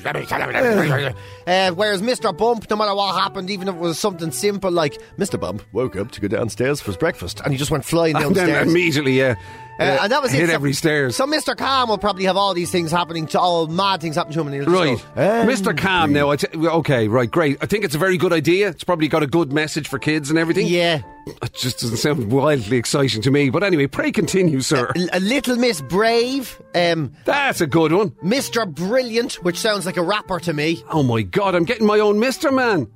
whereas Mr. Bump, no matter what happened, even if it was something simple like Mr. Bump woke up to go downstairs for his breakfast, and he just went flying And downstairs. then immediately, yeah. Uh, yeah, and that was hit it. So- every stairs. So Mr. Calm will probably have all these things happening to all mad things happen to him. And he'll just Right, go, "Um, Mr. Cam. Now, I t- okay, right, great. I think it's a very good idea. It's probably got a good message for kids and everything. Yeah, it just doesn't sound wildly exciting to me. But anyway, pray continue, sir. Uh, L- a little Miss Brave, um, That's a good one. Mr. Brilliant, which sounds like a rapper to me. Oh my God, I'm getting my own Mister Man.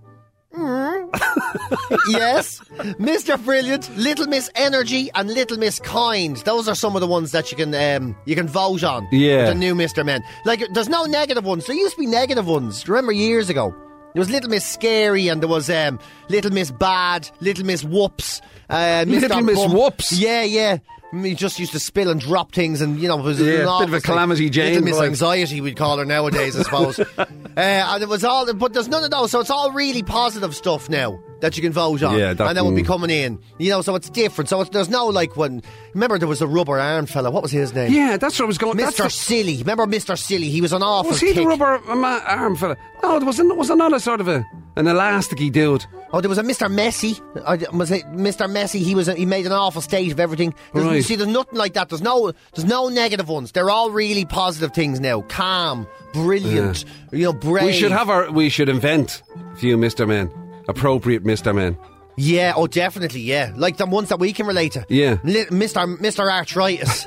yes, Mr. Brilliant, Little Miss Energy, and Little Miss Kind. Those are some of the ones that you can um, you can vote on. Yeah. the new Mr. Men. Like, there's no negative ones. There used to be negative ones. Remember years ago, there was Little Miss Scary, and there was um, Little Miss Bad, Little Miss Whoops, uh, Mr. Little Miss Bump. Whoops? Yeah, yeah. He just used to spill and drop things, and you know, it was Yeah, an bit of a awful thing. Calamity Jane, Little Miss like. Anxiety, we'd call her nowadays, I suppose. uh, and it was all, but there's none of those, so it's all really positive stuff now. that you can vote on, Yeah, that- and that would be mm. coming in. You know, so it's different. So it's, there's no like when. Remember, there was a rubber arm fella. What was his name? Yeah, that's what I was going. that's Mr. the- Silly. Remember Mr. Silly? He was an awful was he the kick. rubber ma- arm fella? No, it was an, was another sort of a an elasticy dude. Oh, there was a Mr. Messi. I d- was it Mr. Messi? He was. A, he made an awful state of everything. There's, You Right. see, there's nothing like that. There's no. There's no negative ones. They're all really positive things now. Calm, brilliant. You know, brave. We should have our. We should invent a few Mister Men, appropriate Mister Men. Yeah. Oh, definitely. Yeah. Like the ones that we can relate to. Yeah. Li- Mr. Mr. Arthritis.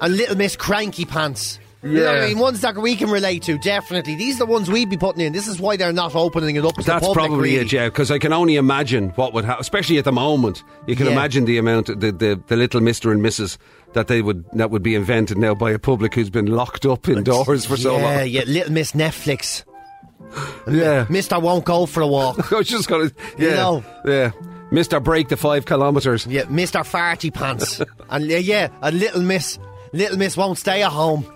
and Little Miss Cranky Pants. You know what I Yeah. mean? Ones that we can relate to, definitely. These are the ones we'd be putting in. This is why they're not opening it up to the That's public, probably really. it, yeah. Because I can only imagine what would happen, especially at the moment. You can Yeah. imagine the amount, the, the the little Mister and Mrs. that they would that would be invented now by a public who's been locked up indoors for so yeah, long. yeah, Little Miss Netflix. Yeah, Mister won't go for a walk. I was just gonna, yeah, You know. yeah. Mister, break the five kilometers. Yeah, Mister Farty Pants. and yeah, yeah, and Little Miss, Little Miss won't stay at home.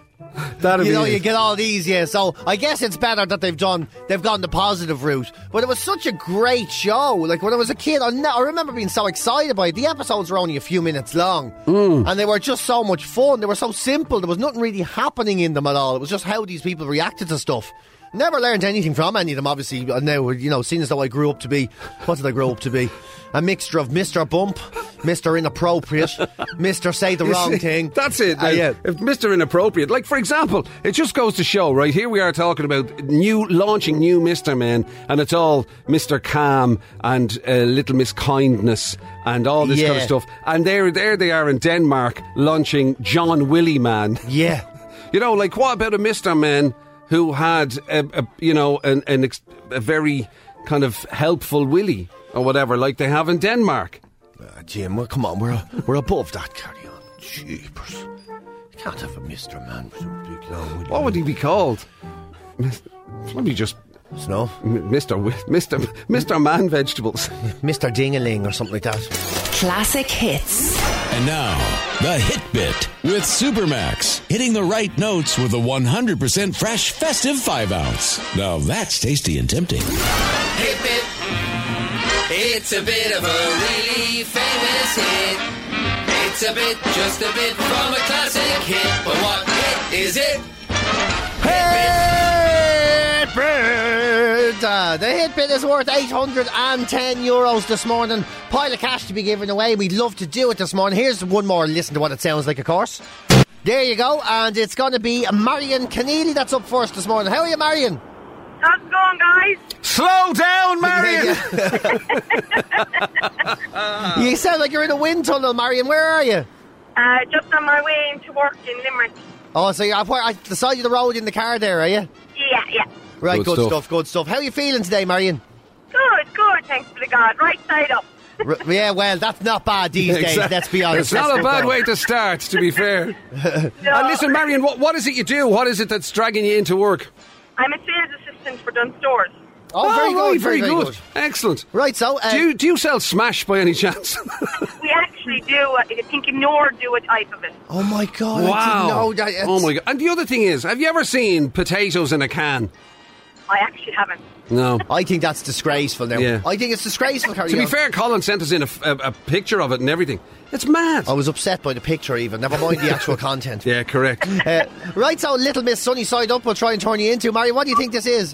That'd You be know, it. you get all these. Yeah, so I guess it's better that they've done, they've gone the positive route. But it was such a great show. Like when I was a kid, I, ne- I remember being so excited by it. The episodes were only a few minutes long, and they were just so much fun. They were so simple. There was nothing really happening in them at all. It was just how these people reacted to stuff. Never learned anything from any of them, obviously. But Now, you know, seeing as though I grew up to be, what did I grow up to be? A mixture of Mr. Bump, Mr. Inappropriate, Mr. Say the Wrong Thing. That's it. Uh, yeah. If Mr. Inappropriate, like for example, it just goes to show, right? Here we are talking about new launching new Mr. Men, and it's all Mr. Calm and uh, Little Miss Kindness and all this kind of Yeah. stuff. And there, there they are in Denmark launching John Willy Man. Yeah. You know, like what about a Mister Man who had a, a you know an, an ex- a very kind of helpful Willy or whatever, like they have in Denmark. Uh, Ah, Jim, well, come on, we're, we're above that, carry on. Jeepers. You can't have a Mr. Man with a big long wooden What would he be called? Mis- Probably just snow. Mister Mister Mister Man Vegetables. Mr. Dingaling or something like that. Classic hits. And now, the Hit Bit with Supermax. Hitting the right notes with a 100% fresh festive 5 ounce. Now that's tasty and tempting. It's a bit of a really famous hit. It's a bit, just a bit from a classic hit. But what hit is it? Hit Bit! Uh, the Hit Bit is worth 810 euros this morning. Pile of cash to be given away. We'd love to do it this morning. Here's one more listen to what it sounds like, of course. There you go, and it's going to be Marion Keneally that's up first this morning. How are you, Marion? How's it going, guys? Slow down, Marion. you sound like you're in a wind tunnel, Marion. Where are you? Uh, just on my way into work in Limerick. Oh, so you're up where- at the side of the road in the car there, are you? Yeah, yeah. Right, Good good, stuff. stuff. good stuff. How are you feeling today, Marion? Good, good. Thanks to the God. Right side up. R- yeah, well, that's not bad these days, Exact- let's be It's honest. not That's a bad good. way to start, to be fair. No, And listen, Marion, what, what is it you do? What is it that's dragging you into work? I'm a sales assistant for Dunn Stores. Oh, very right, good, very, good. Excellent. Right, so uh, Do you, do you sell Smash by any chance? We actually do, uh, I think, ignore do a type of it. oh my god, wow. I didn't know that. oh my god. And the other thing is, have you ever seen potatoes in a can? I actually haven't. No. I think that's disgraceful now. Yeah. I think it's disgraceful. Carry to be on. fair, Colin sent us in a, f- a- a picture of it and everything. It's mad. I was upset by the picture, even. Never mind the actual content. Yeah, correct. Uh, right, so Little Miss Sunny Side Up will try and turn you into. Marion, what do you think this is?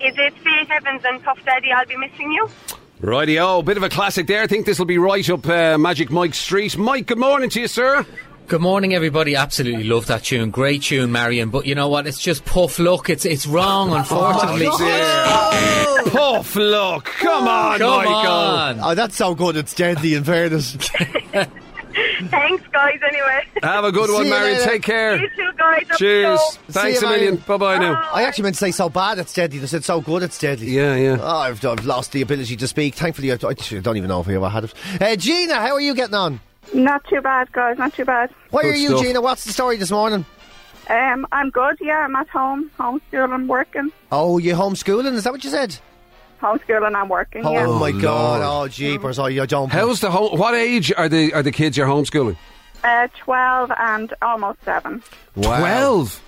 Is it Faith Evans and Puff Daddy, I'll be missing you? Rightio, bit of a classic there. I think this will be right up uh, Magic Mike Street. Mike, good morning to you, sir. Good morning, everybody. Absolutely love that tune. Great tune, Marion. But you know what? It's just puff luck. It's it's wrong, unfortunately. Dear. Puff, look. Come on, Come Michael. on. Oh, that's so good. It's deadly, in fairness. Thanks, guys, anyway. Have a good See one, you Marion. later. Take care. you two guys. up the Uh, Cheers. show. Thanks See a you, million. Marion. Bye bye now. I actually meant to say so bad it's deadly. They said so good it's deadly. Yeah, yeah. Oh, I've, I've lost the ability to speak. Thankfully, I, I don't even know if I ever had it. Uh, Gina, how are you getting on? Not too bad, guys. Not too bad. Where Good are you, stuff. Gina? What's the story this morning? Um, I'm good. Yeah, I'm at home, homeschooling, working. Oh, you homeschooling? Is that what you said? Homeschooling, I'm working. Oh, yeah. my god! Oh jeepers! Oh, you don't. How's the home? What age are the are the kids you're homeschooling? Uh, 12 and almost 7. Twelve.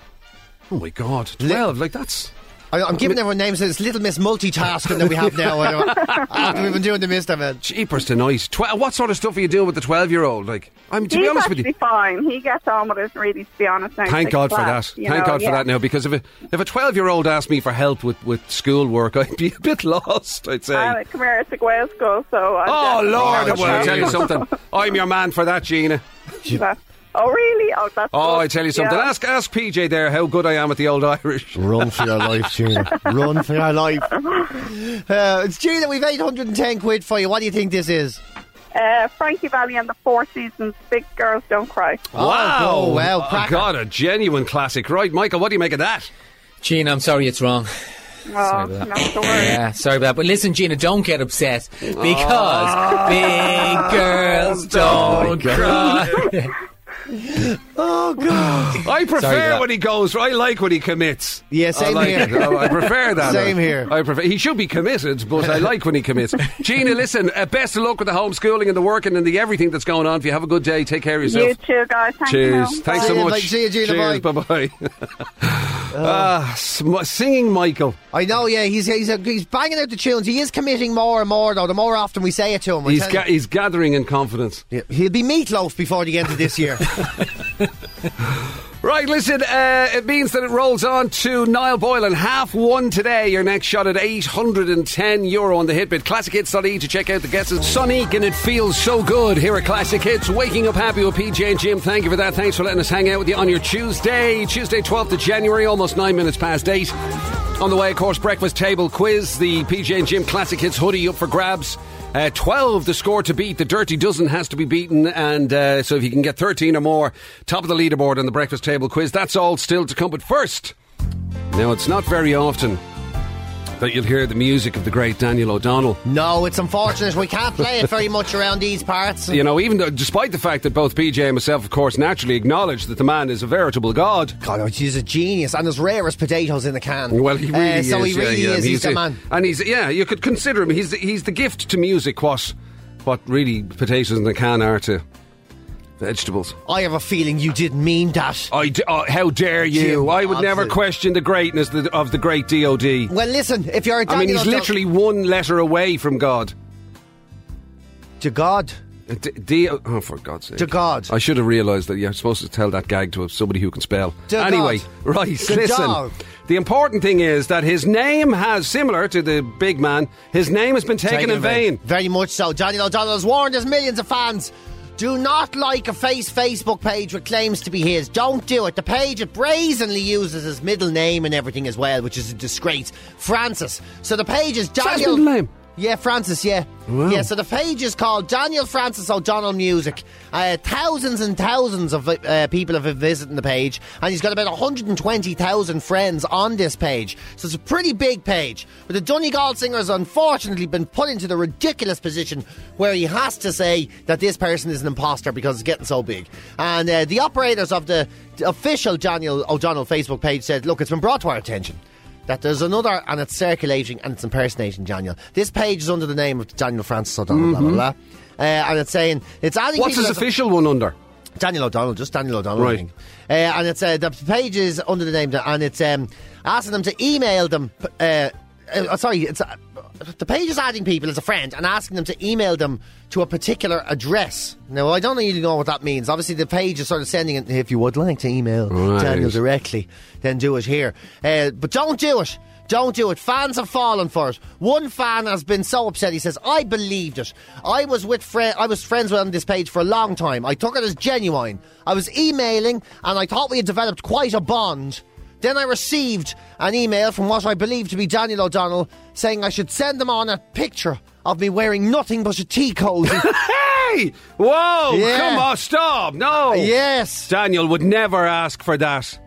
Oh my god, twelve! Like that's I, I'm giving everyone names. It's little Miss Multitasking that we have now. after Ah, we've been doing the Mister Man. Jeepers tonight. Tw- what sort of stuff are you doing with the 12 year old? Like, I'm to He's be honest with actually you. fine. He gets on with it, really, to be honest. now. He's Thank like God for class, that. you Thank know, God for yeah. that now, because if a if a twelve year old asked me for help with with schoolwork, I'd be a bit lost. I'd say. Uh, come here, it's a Gwales school, so. I'm oh definitely Lord, not well, I sure. tell you something. I'm your man for that, Gina. But- Oh, really? Oh, that's Oh, good. I tell you something. Yeah. Ask ask PJ there how good I am at the old Irish. Run for your life, Gina. Run for your life. Uh, it's Gina. We've 810 quid for you. What do you think this is? Uh, Frankie Valley and the Four Seasons, Big Girls Don't Cry. Wow! Oh, well, oh, cracker. God, a genuine classic, right, Michael? What do you make of that? Gene, I'm sorry it's wrong. Oh, not to worry. Yeah, sorry about that. But listen, Gina, don't get upset because big girls don't cry. I Sorry for prefer that. when he goes. I like when he commits. Yeah, same I like here. it. I I prefer that. Same I- here. I prefer. He should be committed, but I like when he commits. Gina, listen. Uh, best of luck with the homeschooling and the working and the everything that's going on. If you have a good day, take care of yourself. You too, guys. Thank Cheers. you. Thanks See so you, much. mate. See you, Gina. Cheers. Bye. bye. Ah, sm- singing Michael. I know, yeah. He's he's, he's banging out the tunes. He is committing more and more, though. The more often we say it to him, I He's tell ga- you. he's gathering in confidence. Yeah, he'll be meatloaf before the end of this year. Right, listen, uh, it means that it rolls on to Niall Boylan. Half one today, your next shot at 810 euro on the Hitbit. Classic Hits.e to check out the guesses. Sonic and it feels so good here at Classic Hits. Waking up happy with PJ and Jim. Thank you for that. Thanks for letting us hang out with you on your Tuesday, Tuesday 12th of January, almost nine minutes past eight. On the way, of course, breakfast table quiz, the PJ and Jim Classic Hits hoodie up for grabs. Uh, 12, the score to beat. The Dirty Dozen has to be beaten. And uh, so if you can get 13 or more, top of the leaderboard on the breakfast table quiz. That's all still to come. But first, now it's not very often that you'll hear the music of the great Daniel O'Donnell. no, it's unfortunate. We can't play it very much around these parts. You know, even though, despite the fact that both PJ and myself, of course, naturally acknowledge that the man is a veritable god. God, oh, he's a genius and as rare as potatoes in a can. Well, he Uh, really So is. he really yeah, yeah. is. He's, the a- man. and he's yeah. You could consider him. He's the, he's the gift to music. What what really potatoes in the can are to vegetables. I have a feeling you didn't mean that. I d- oh, how dare you? Jim, I would never honestly. question the greatness of the, of the great DOD. Well, listen, if you're a I Daniel mean, he's O'Donnell- literally one letter away from God. to God. D- D- oh, for God's sake. To God. I should have realised that you're supposed to tell that gag to somebody who can spell. To anyway, God. right, To listen. dog. The important thing is that his name has, similar to the big man, his name has been taken, Taken in vain. Very much so. Daniel O'Donnell has warned his millions of fans. Do not like a face Facebook page with claims to be his. Don't do it. The page it brazenly uses his middle name and everything as well, which is a disgrace. Francis. So the page his is Daniel. middle name? Yeah, Francis, yeah. Yeah, so the page is called Daniel Francis O'Donnell Music. Uh, thousands and thousands of uh, people have been visiting the page, and he's got about 120,000 friends on this page. So it's a pretty big page. But the Donegal singer has unfortunately been put into the ridiculous position where he has to say that this person is an imposter because it's getting so big. And uh, the operators of the the official Daniel O'Donnell Facebook page said, look, it's been brought to our attention that there's another and it's circulating and it's impersonating Daniel. This page is under the name of Daniel Francis O'Donnell, blah, blah, blah. Uh, and it's saying it's Mm-hmm. adding What's people his as a- official one under? Daniel O'Donnell, just Daniel O'Donnell, Right. I think. Uh, and it's uh, the page is under the name, da- and it's um, asking them to email them. p- Uh, uh, sorry, it's uh, the page is adding people as a friend and asking them to email them to a particular address. Now, I don't really know what that means. Obviously, the page is sort of sending it. If you would like to email Right. Daniel directly, then do it here. Uh, but don't do it. Don't do it. Fans have fallen for it. One fan has been so upset. He says, "I believed it. I was with friend. I was friends with on this page for a long time. I took it as genuine. I was emailing, and I thought we had developed quite a bond. Then I received an email from what I believed to be Daniel O'Donnell saying I should send them on a picture of me wearing nothing but a tea cozy. Hey! Whoa! Yeah. Come on, stop! No! yes, Daniel would never ask for that.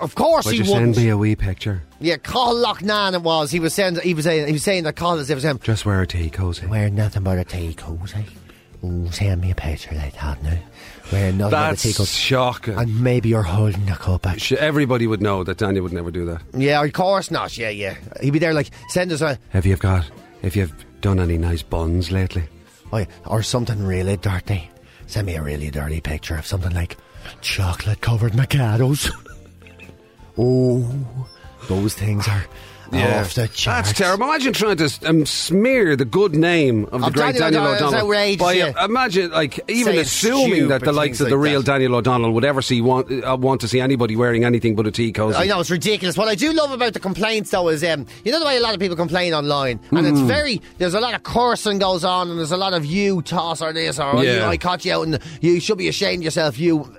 of course Would he you wouldn't. send me a wee picture? Yeah, Carl Lochnan it was. He was saying he was saying he was saying that Carl is saying Just wear a tea cozy. wear nothing but a tea cozy. Ooh, send me a picture like that now. Wear nothing but a tea That's cozy. shocking. And maybe you're holding a cup actually. Sh- Everybody would know that Daniel would never do that. Yeah, of course not. Yeah, yeah. He'd be there like send us a If you've got, if you've done any nice buns lately, oh, yeah, or something really dirty. Send me a really dirty picture of something like chocolate covered macados. oh Those things are off the charts. That's terrible. Imagine trying to um, smear the good name of the Of great Daniel Daniel O'Donnell, it's O'Donnell. outrageous, by, yeah. uh, imagine, like, even Saying assuming that the stupid likes of things the like real that. Daniel O'Donnell would ever see want, uh, want to see anybody wearing anything but a tea cozy. I know it's ridiculous. What I do love about the complaints, though, is um, you know the way a lot of people complain online, and Mm. it's very there's a lot of cursing goes on, and there's a lot of you toss or this or Yeah. you, I caught you out, and you should be ashamed of yourself, you.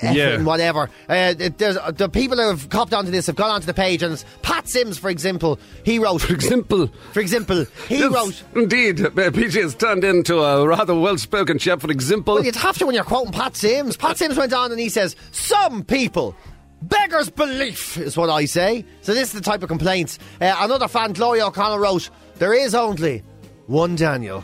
effing Yeah. whatever. Uh, it- there's, the people that have copped onto this have gone onto the page, and it's Pat Sims, for example, he wrote. For example, For example, he Yes, wrote. Indeed, uh, PJ has turned into a rather well spoken chap, for example. Well, you'd have to when you're quoting Pat Sims. Pat Sims went on and he says, Some people. Beggar's belief is what I say. So, this is the type of complaints. Uh, another fan, Gloria O'Connell, wrote, There is only one Daniel.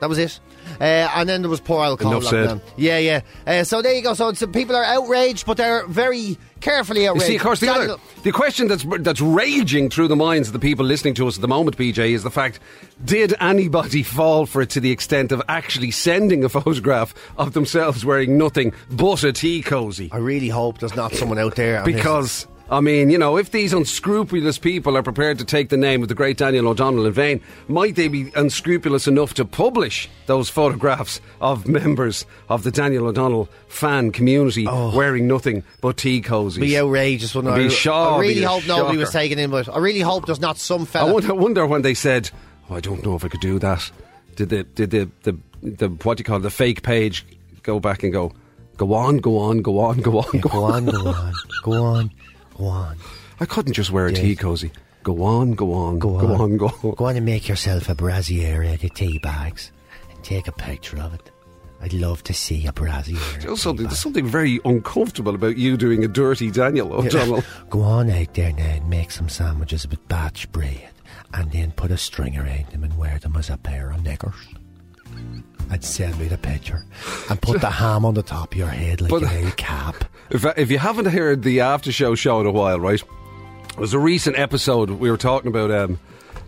That was it. Uh, and then there was poor alcohol. Enough said. lockdown. Yeah, yeah. Uh, so, there you go. So, it's- people are outraged, but they're very carefully You outraged. see, of course, the, Daniel- other, the question that's that's raging through the minds of the people listening to us at the moment, PJ, is the fact: Did anybody fall for it to the extent of actually sending a photograph of themselves wearing nothing but a tea cozy? I really hope there's not someone out there. on this. Because. I mean, you know, if these unscrupulous people are prepared to take the name of the great Daniel O'Donnell in vain, might they be unscrupulous enough to publish those photographs of members of the Daniel O'Donnell fan community wearing nothing but tea cozies? Oh. be outrageous. wouldn't Be I, sure, I really be a hope nobody was shocker. taken in, but I really hope there's not some I fella. wonder, wonder when they said, oh, "I don't know if I could do that." Did the did the, the the what do you call it, the fake page go back and go, "Go on, go on, go on, go on, go go on"? on, go on, go on, go on. I couldn't just wear a Yes. tea cozy. Go on, go on, go on, go on. Go on and make yourself a brassiere out of tea bags and take a picture of it. I'd love to see a brassiere. There's something, there's something very uncomfortable about you doing a dirty Daniel O'Donnell. Go on out there now and make some sandwiches with batch bread and then put a string around them and wear them as a pair of knickers. And send me the picture and put the ham on the top of your head like But- an old cap. If, if you haven't heard the after show show in a while, right? It was a recent episode we were talking about um,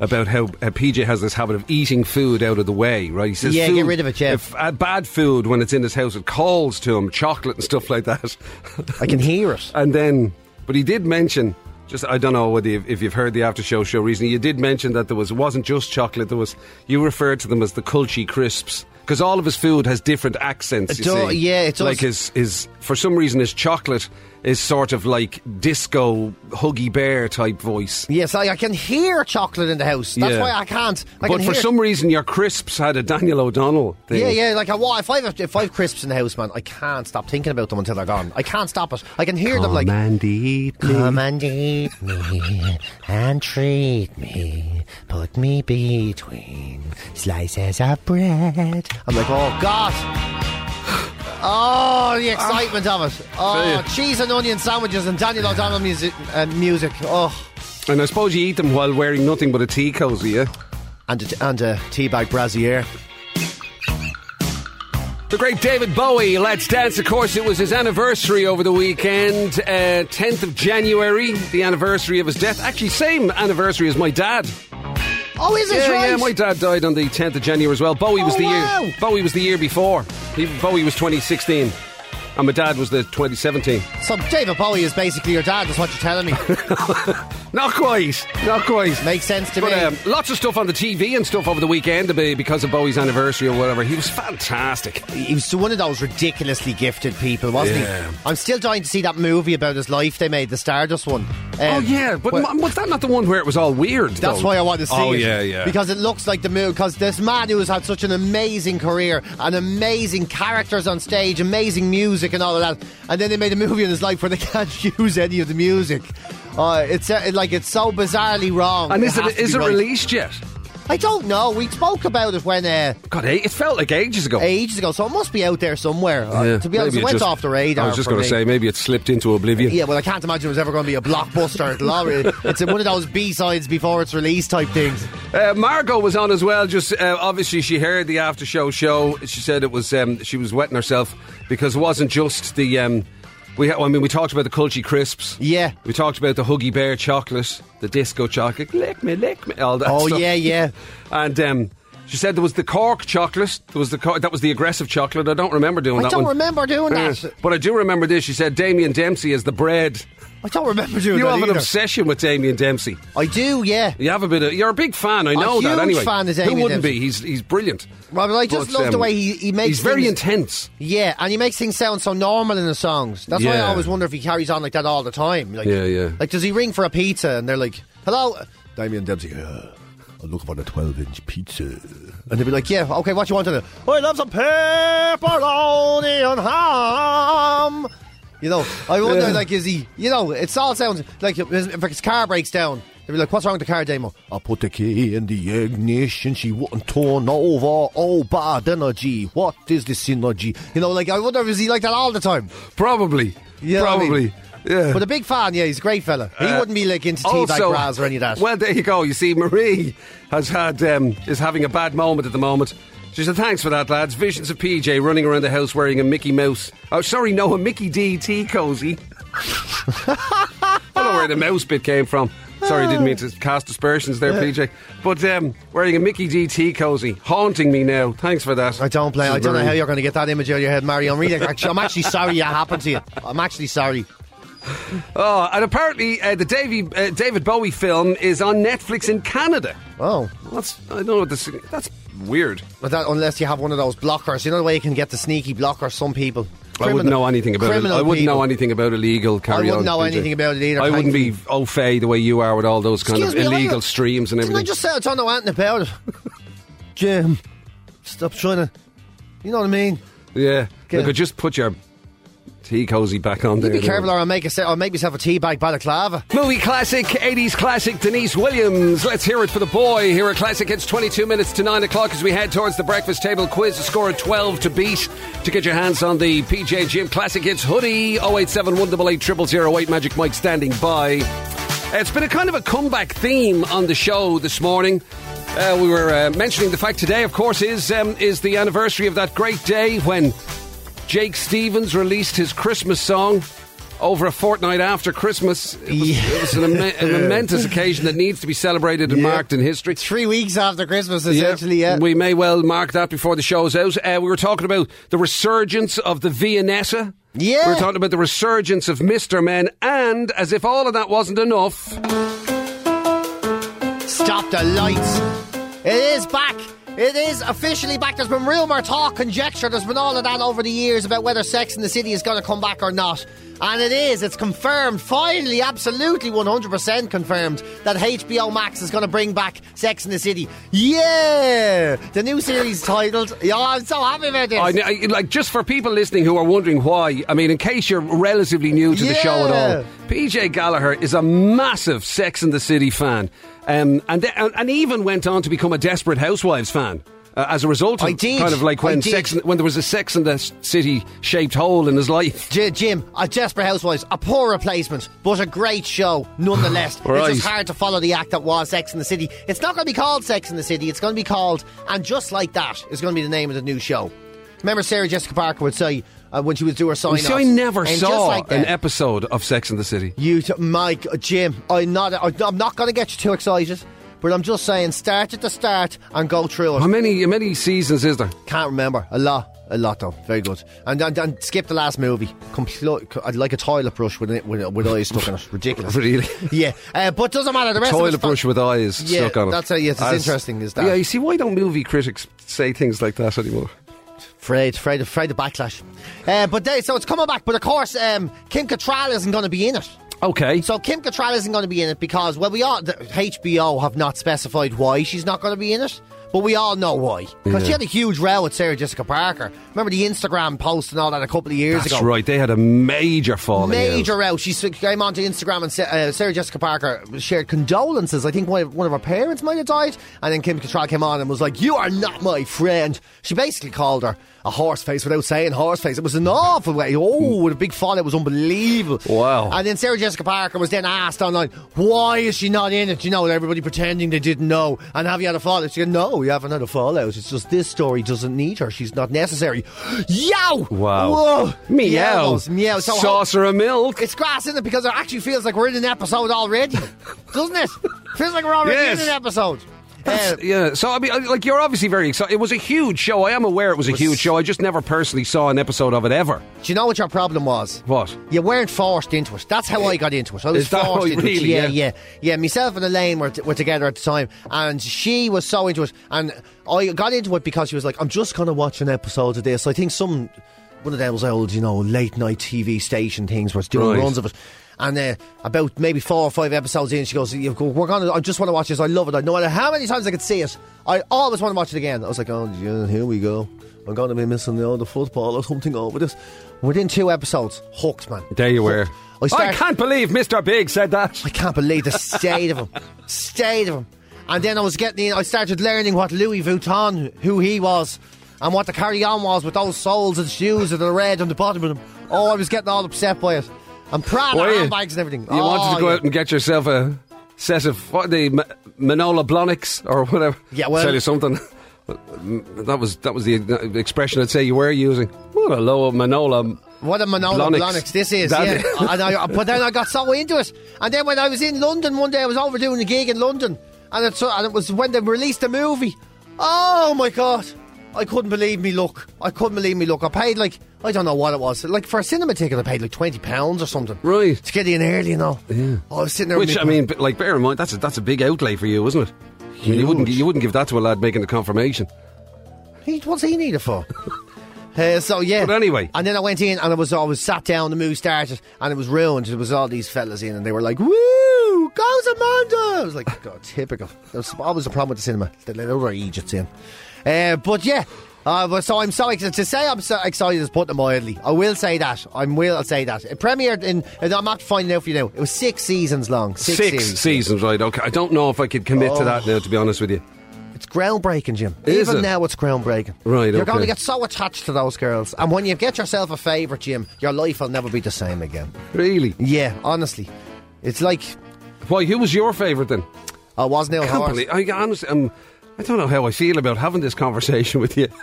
about how uh, PJ has this habit of eating food out of the way, right? He says Yeah, food, get rid of it, yeah. If, uh, bad food when it's in his house, it calls to him, chocolate and stuff like that. I can hear it. and then, but he did mention. Just, I don't know whether you've, if you've heard the after show show recently. You did mention that there was it wasn't just chocolate. There was you referred to them as the Kulchi crisps because all of his food has different accents. It you do- see. yeah, it does. like his his for some reason his chocolate is sort of like disco Huggy Bear type voice. Yes, I, I can hear chocolate in the house. That's Yeah. why I can't. I but can for hear some reason, your crisps had a Daniel O'Donnell thing. Yeah, yeah. Like I, wa- if I have if I have crisps in the house, man, I can't stop thinking about them until they're gone. I can't stop it. I can hear them Oh, like. Mandy, Come and eat me and treat me. Put me between slices of bread. I'm like, oh God. Oh, the excitement of Ah, it. Oh, cheese and onion sandwiches and Daniel O'Donnell music. Uh, music. Oh, and I suppose you eat them while wearing nothing but a tea cozy. Yeah. and a, and a teabag brassiere. The great David Bowie, Let's Dance. Of course, it was his anniversary over the weekend, uh, 10th of January, the anniversary of his death. Actually, same anniversary as my dad. Oh, is it yeah, right? yeah, my dad died on the 10th of January as well. Bowie was Oh, the wow. year. Bowie was the year before. He, Bowie was 2016, and my dad was the 2017. so David Bowie is basically your dad. Is what you're telling me. Not quite. Not quite. Makes sense to But me. um, lots of stuff on the TV and stuff over the weekend uh, be- because of Bowie's anniversary or whatever. He was fantastic. He was one of those ridiculously gifted people, wasn't Yeah. he? I'm still dying to see that movie about his life they made, the Stardust one. oh Um, yeah, but well, m- was that not the one where it was all weird? that's though? why I want to see Oh it. yeah, yeah. Because it looks like the movie. Because this man who has had such an amazing career and amazing characters on stage, amazing music and all of that, and then they made a movie in his life where they can't use any of the music. Uh, it's uh, like it's so bizarrely wrong. And is has it to is be it right. released yet? I don't know. We spoke about it when. Uh, God, eh, it felt like ages ago. Ages ago, so it must be out there somewhere. Uh, Yeah, to be honest, maybe it went just- off the radar. I was just for going to me. say maybe it slipped into oblivion. Yeah, well, I can't imagine it was ever going to be a blockbuster. It'll already- it's one of those B sides before it's released type things. Uh, Margot was on as well. Just uh, obviously, she heard the after show show. She said it was um, she was wetting herself because it wasn't just the. Um, we ha- I mean, we talked about the Kulchi crisps. Yeah. We talked about the Huggy Bear chocolate, the disco chocolate, lick me, lick me, all that. Oh stuff. yeah, yeah. And um, she said there was the Cork chocolate. There was the cor- that was the aggressive chocolate. I don't remember doing I that don't one. Uh, remember doing Yeah. that. But I do remember this. She said Damien Dempsey is the bread. I don't remember doing You that have an either. obsession with Damien Dempsey. I do, yeah. You have a bit of. You're a big fan. I know that. huge Anyway, fan of Damien who wouldn't Dempsey. be? He's he's brilliant. Right, but I just But, love the um, way he, he makes He's very things- intense. Yeah, and he makes things sound so normal in the songs. That's why I Yeah. always wonder if he carries on like that all the time. Like, Yeah, yeah. Like, does he ring for a pizza and they're like, hello? Damien Dempsey here. I look upon a 12 inch pizza. And they'd be like, yeah, okay, what you want to do? Oh, I love some pepperoni and ham. You know, I wonder, like, is he, you know, it all sounds like if his, if his car breaks down, they'd be like, what's wrong with the car, Damo? I put the key in the ignition, she wouldn't turn over. Oh, bad energy. What is the synergy? You know, like, I wonder, is he like that all the time? Probably. Yeah, I mean- Probably. yeah. But a big fan, yeah, he's a great fella. He wouldn't be, like, into tea like Uh, Also- grass or any of that. Well, there you go. You see, Marie has had um, is having a bad moment at the moment. She said, "Thanks for that, lads." Visions of PJ running around the house wearing a Mickey Mouse. Oh, sorry, no, a Mickey D tea cozy. I don't know where the mouse bit came from. Sorry, didn't mean to cast aspersions there, PJ. But um, wearing a Mickey D tea cozy, haunting me now. Thanks for that. I don't play. I don't know Marie. how you're going to get that image out of your head, Mario. I'm really, actually, I'm actually sorry that happened to you. I'm actually sorry. Oh, and apparently uh, the Davy, uh, David Bowie film is on Netflix in Canada. Oh, That's I don't know what this. That's weird. but that, unless you have one of those blockers, you know the way you can get the sneaky blocker. Some people. I wouldn't Criminal- know anything about it. criminal I wouldn't know people. anything about illegal carry wouldn't on, know PJ. anything about it either, I wouldn't be au fait the way you are with all those kind Excuse of me, I- illegal streams and Didn't I everything. just say I don't know anything about it? Jim, stop trying to. You know what I mean? yeah, Okay. look, I just put your tea cozy back on You there. be careful, or I'll make, a, se- I'll make myself a tea bag balaclava. Movie classic, 80s classic, Denise Williams. Let's hear it for the boy. Here at Classic, it's 22 minutes to 9 o'clock as we head towards the breakfast table quiz. A score of 12 to beat. To get your hands on the PJ Gym Classic Hits hoodie, 087 188 0008 Magic Mike standing by. It's been a kind of a comeback theme on the show this morning. Uh, we were uh, mentioning the fact today, of course, is um, is the anniversary of that great day when Jake Stevens released his Christmas song over a fortnight after Christmas. It was, it was an, ame- a momentous occasion that needs to be celebrated and marked in history. Three weeks after Christmas, essentially, yeah. We may well mark that before the show's out. Uh, we were talking about the resurgence of the Viennetta. Yeah. We were talking about the resurgence of Mr. Men, and as if all of that wasn't enough. Stop the lights. It is back. It is officially back. There's been rumour, talk, conjecture. There's been all of that over the years about whether Sex in the City is going to come back or not. And it is. It's confirmed. Finally, absolutely 100% confirmed that HBO Max is going to bring back Sex in the City. Yeah! The new series titled. Yeah, I'm so happy about this. I, I- like just for people listening who are wondering why. I mean, in case you're relatively new to the Yeah. show at all, PJ Gallagher is a massive Sex and the City fan, um, and, th- and and even went on to become a Desperate Housewives fan. Uh, as a result of I did. kind of like I when did. sex when there was a sex and the city shaped hole in his life. J- Jim, a Desperate Housewives, a poor replacement, but a great show nonetheless. Right. It's just hard to follow the act that was Sex in the City. It's not going to be called Sex in the City. It's going to be called, and just like that, is going to be the name of the new show. Remember, Sarah Jessica Parker would say uh, when she would do her sign. So I never saw an episode. episode of Sex and the City. You, t- Mike, uh, Jim, I'm not. I'm not going to get you too excited, but I'm just saying, start at the start and go through it. How many how many seasons is there? Can't remember. A lot. A lot, though. Very good. And, and, and skip the last movie. Compl- I'd like a toilet brush with, it, with, with eyes stuck in it. Ridiculous. Really? Yeah. Uh, but doesn't matter. The rest of Toilet it's fine. brush with eyes Yeah, stuck on it. that's a- yes, it's As- interesting, is that. Yeah, you see, why don't movie critics say things like that anymore? Afraid, afraid, afraid of backlash. Uh, but they, so it's coming back. But of course, um, Kim Cattrall isn't going to be in it. Okay. So Kim Cattrall isn't going to be in it because, well, we all, the HBO have not specified why she's not going to be in it. But we all know why. Because she had a huge row with Sarah Jessica Parker. Remember the Instagram post and all that a couple of years That's ago? right. They had a major falling out. Major out. She s- came onto Instagram and sa- uh, Sarah Jessica Parker shared condolences. I think one of, one of her parents might have died. And then Kim Cattrall came on and was like, You are not my friend. She basically called her a horse face without saying horse face. It was an awful way. Oh, with a big fall. It was unbelievable. Hmm. Wow. And then Sarah Jessica Parker was then asked online, Why is she not in it? You know, and everybody pretending they didn't know. And have you had a fallout? She said, No, we haven't had a fallout. It's just this story doesn't need her. She's not necessary. Yow! Wow. Whoa! Meow. Meow. So ho- Saucer of milk. it's grass in it because it actually feels like we're in an episode already, doesn't it? Feels like we're already Yes. in an episode. Uh, That's- yeah. So I mean, I- like you're obviously very excited. It was a huge show. I am aware it was a huge show. I just never personally saw an episode of it ever. Do you know what your problem was? What? You weren't forced into it. That's how I got into it. I was Is that forced right? into it. Really? Yeah, Yeah. yeah, yeah. Myself and Elaine were, t- were together at the time, and she was so into it. And I got into it because she was like, "I'm just going to watch an episode of this." I think some one of those old, you know, late night TV station things was doing Right. runs of it. And uh, about maybe four or five episodes in, she goes, "You go, we're gonna. I just want to watch this. I love it. I- No matter how many times I could see it, I always want to watch it again." I was like, "Oh, yeah, here we go. I'm gonna be missing the other football or something over this." Within two episodes, hooked, man. There you were. I started- can't believe Mr. Big said that. I can't believe the state of him. State of him. And then I was getting in, I started learning what Louis Vuitton, who he was, and what the carry on was with those soles and shoes and the red on the bottom of them. Oh, I was getting all upset by it. And Prada Were you? handbags and everything. Oh, You wanted to go out and get yourself a set of what the Ma- Manola Blahniks or whatever. Yeah, well- tell you something. That was that was the expression I'd say you were using. What a low Manola. What a Manolo Blahniks. Blahniks this is, That- yeah. and I, but then I got so into it. And then when I was in London one day, I was overdoing a gig in London, and it, and it was when they released the movie. Oh my god, I couldn't believe me look. I couldn't believe me look. I paid like I don't know what it was. Like for a cinema ticket, I paid like twenty pounds or something. Right. to get in early, you know. Yeah. I was sitting there. with Which me- I mean, but, like bear in mind that's a, that's a big outlay for you, isn't it? I mean, you wouldn't gi- you wouldn't give that to a lad making the confirmation. He, what's he needed for? Uh, so yeah. But anyway. and then I went in and I was I was sat down. The movie started and it was ruined. There was all these fellas in and they were like, "Woo, goes Amanda!" I was like, "God, typical." There's always a problem with the cinema. They let other idiots in. Uh, but yeah. Uh, but so I'm so excited to say I'm so excited is putting it mildly. I will say that I will say that it premiered in. and I'm not finding out for you now. It was six seasons long. Six, Six series. seasons, right? Okay, I don't know if I could commit to Oh. that now. To be honest with you, It's groundbreaking, Jim. Is Even it? now, it's groundbreaking. Right, You're okay. going to get so attached to those girls, and when you get yourself a favourite, Jim, your life will never be the same again. really. Yeah, honestly, it's like Why? Who was your favourite then? I was Neil I can't Howard. believe. I honestly, um, I don't know how I feel about having this conversation with you.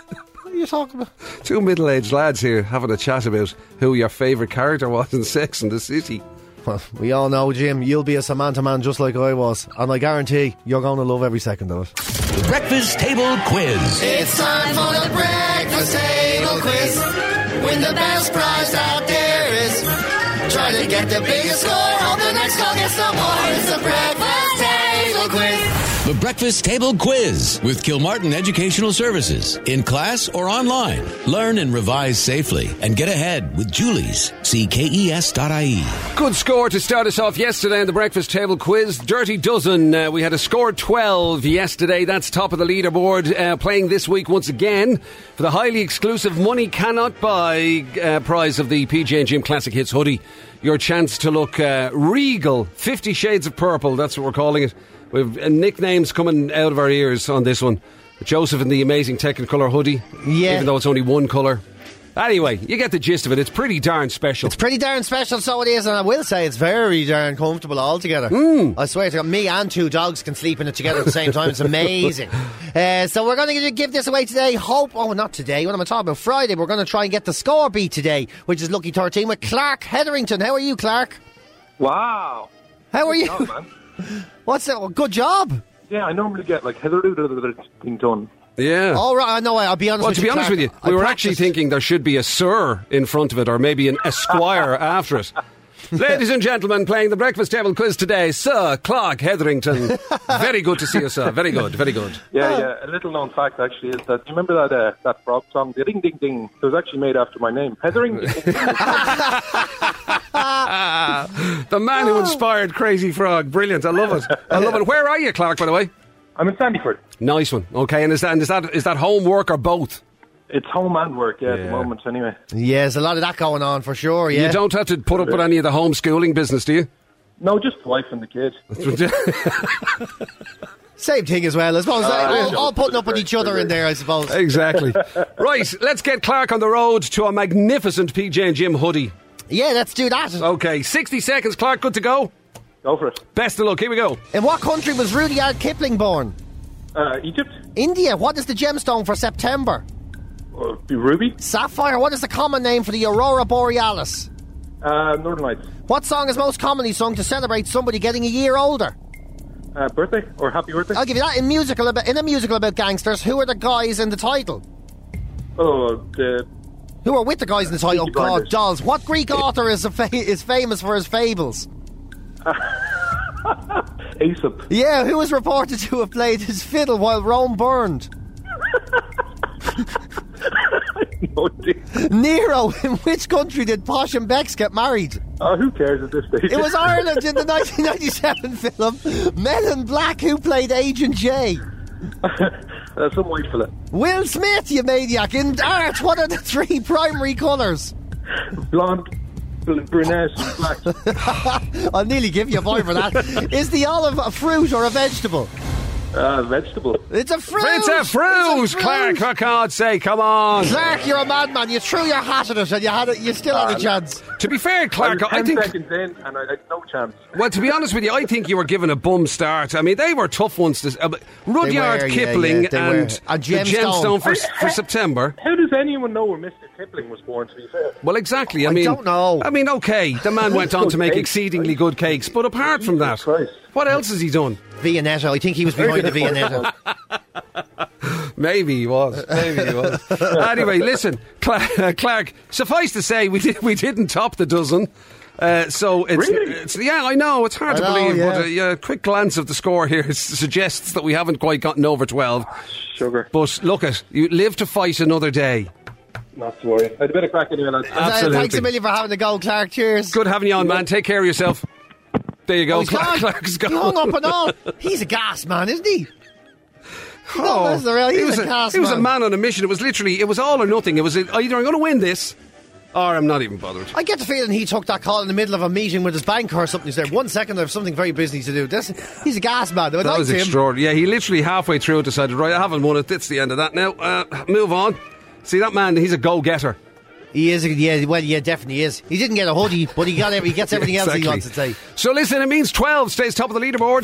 What are you talking about? Two middle-aged lads here having a chat about who your favourite character was in Sex and the City. Well, we all know, Jim. You'll be a Samantha man just like I was, and I guarantee you're going to love every second of it. Breakfast Table Quiz. It's time for the breakfast table quiz. Win the best prize out there is. Try to get the biggest score. Hope the next call gets the more. It's the breakfast table quiz. The Breakfast Table Quiz with Kilmartin Educational Services. In class or online, learn and revise safely and get ahead with Julie's. E See KES.ie. Good score to start us off yesterday in the breakfast table quiz. Dirty Dozen. Uh, we had a score 12 yesterday. That's top of the leaderboard. Uh, playing this week once again for the highly exclusive Money Cannot Buy uh, prize of the PJ and Jim Classic Hits hoodie. Your chance to look uh, regal. 50 Shades of Purple. That's what we're calling it. We have uh, nicknames coming out of our ears on this one. Joseph in the amazing Technicolor hoodie. Yeah. Even though it's only one colour. Anyway, you get the gist of it. It's pretty darn special. It's pretty darn special, so it is, and I will say it's very darn comfortable altogether. Hmm. I swear to God, me and two dogs can sleep in it together at the same time. It's amazing. uh, so we're going to give this away today. Hope, oh, not today. What am I talking about? Friday. We're going to try and get the score beat today, which is Lucky Thirteen with Clark Hetherington. How are you, Clark? Wow. How are you? man. What's that? Well, good job. Yeah, I normally get like Heather it's been done. yeah. All right. No, I'll be honest. Well, with to be you, honest Clark, with you, I we were actually practiced- thinking there should be a sir in front of it, or maybe an esquire after it. Ladies and gentlemen, playing the breakfast table quiz today, Sir Clark Hetherington. very good to see you, sir. Very good, very good. Yeah, yeah. A little known fact actually is that you remember that uh, that Rob song, the Ring Ding Ding. It was actually made after my name, Heathering. The man Oh. who inspired Crazy Frog, brilliant. I love it. I love it. Where are you, Clark? By the way, I'm in Sandyford. nice one. Okay, and is that and is that is that homework or both? It's home and work, yeah, at the moment. Anyway, Yeah, there's a lot of that going on for sure. Yeah. You don't have to put up with any of the homeschooling business, do no, just the wife and the kid. you? Same thing as well. I suppose. all, Oh, yeah. all putting up with each other in there. I suppose. exactly. Right, let's get Clark on the road to a magnificent PJ and Jim hoodie. Yeah, let's do that. Okay, 60 seconds, Clark. Good to go. Go for it. Best of luck. Here we go. In what country was Rudyard Kipling born? Uh, Egypt, India. What is the gemstone for September? uh, Ruby, Sapphire. What is the common name for the aurora borealis? uh, Northern Lights, What song is most commonly sung to celebrate somebody getting a year older? uh, birthday or happy birthday. I'll give you that in musical about, in a musical about gangsters. Who are the guys in the title? Oh, the Who are with the guys in the title? Oh, Peaky God, Blinders. dolls! What Greek author is a fa- is famous for his fables? Aesop. Yeah, who was reported to have played his fiddle while Rome burned? No idea. Nero. In which country did Posh and Bex get married? Oh, who cares at this stage? It was Ireland in the 1997 film Men in Black. Who played Agent J? uh, some white fella. Will Smith, you maniac! In art, what are the three primary colours? Blonde, bl- brunette, and black. I'll nearly give you a point for that. Is the olive a fruit or a vegetable? Uh, vegetable. It's a fruit. It's a fruit, Clark, for God's sake, come on. Clark, you're a madman. You threw your hat at us, and you had it. You still had a chance. To be fair, I was Clark, I ten think. seconds in, and I had no chance. Well, to be honest with you, I think you were given a bum start. I mean, they were tough ones. To, uh, but Rudyard were, yeah, Kipling yeah, they were. and A the gemstone. gemstone for, for September. How does anyone know where Mr. Kipling was born? To be fair, Well, exactly. I, I mean, don't know. I mean, okay, the man went on to make Cakes. exceedingly good cakes, but apart from that, Jesus Christ. what else has he done? Viennetto. I think he was behind the Viennetto. Maybe he was. Maybe he was. anyway, listen, Cla- uh, Clark. Suffice to say, we did, we didn't top the dozen. Uh, so it's, Really? it's yeah, I know it's hard I to know, believe, yeah. but a yeah, quick glance of the score here s- suggests that we haven't quite gotten over twelve. Ah, sugar. But look at you live to fight another day. Not to worry. I'd better crack anyway. lads. Uh, absolutely. Thanks a million for having the goal, Clark. Cheers. Good having you on, man. Take care of yourself. There you go. Oh, he's gone. Clark, Clark's He hung gone. up and all. He's a gas man, isn't he? Oh, that's the real- he's he was a class he was a man. man on a mission. It was literally it was all or nothing. It was either I'm going to win this, or I'm not even bothered. I get the feeling he took that call in the middle of a meeting with his banker or something. He's there. One second, I have something very busy to do. This, he's a gas man. I That liked was him. extraordinary. Yeah, he literally halfway through decided, right, I haven't won it. That's the end of that now. Uh, move on. See, that man, he's a go getter. He is. a- Yeah, well, yeah, definitely is. He didn't get a hoodie, but he got. every- He gets everything else he wants to say. So, listen, it means 12 stays top of the leaderboard.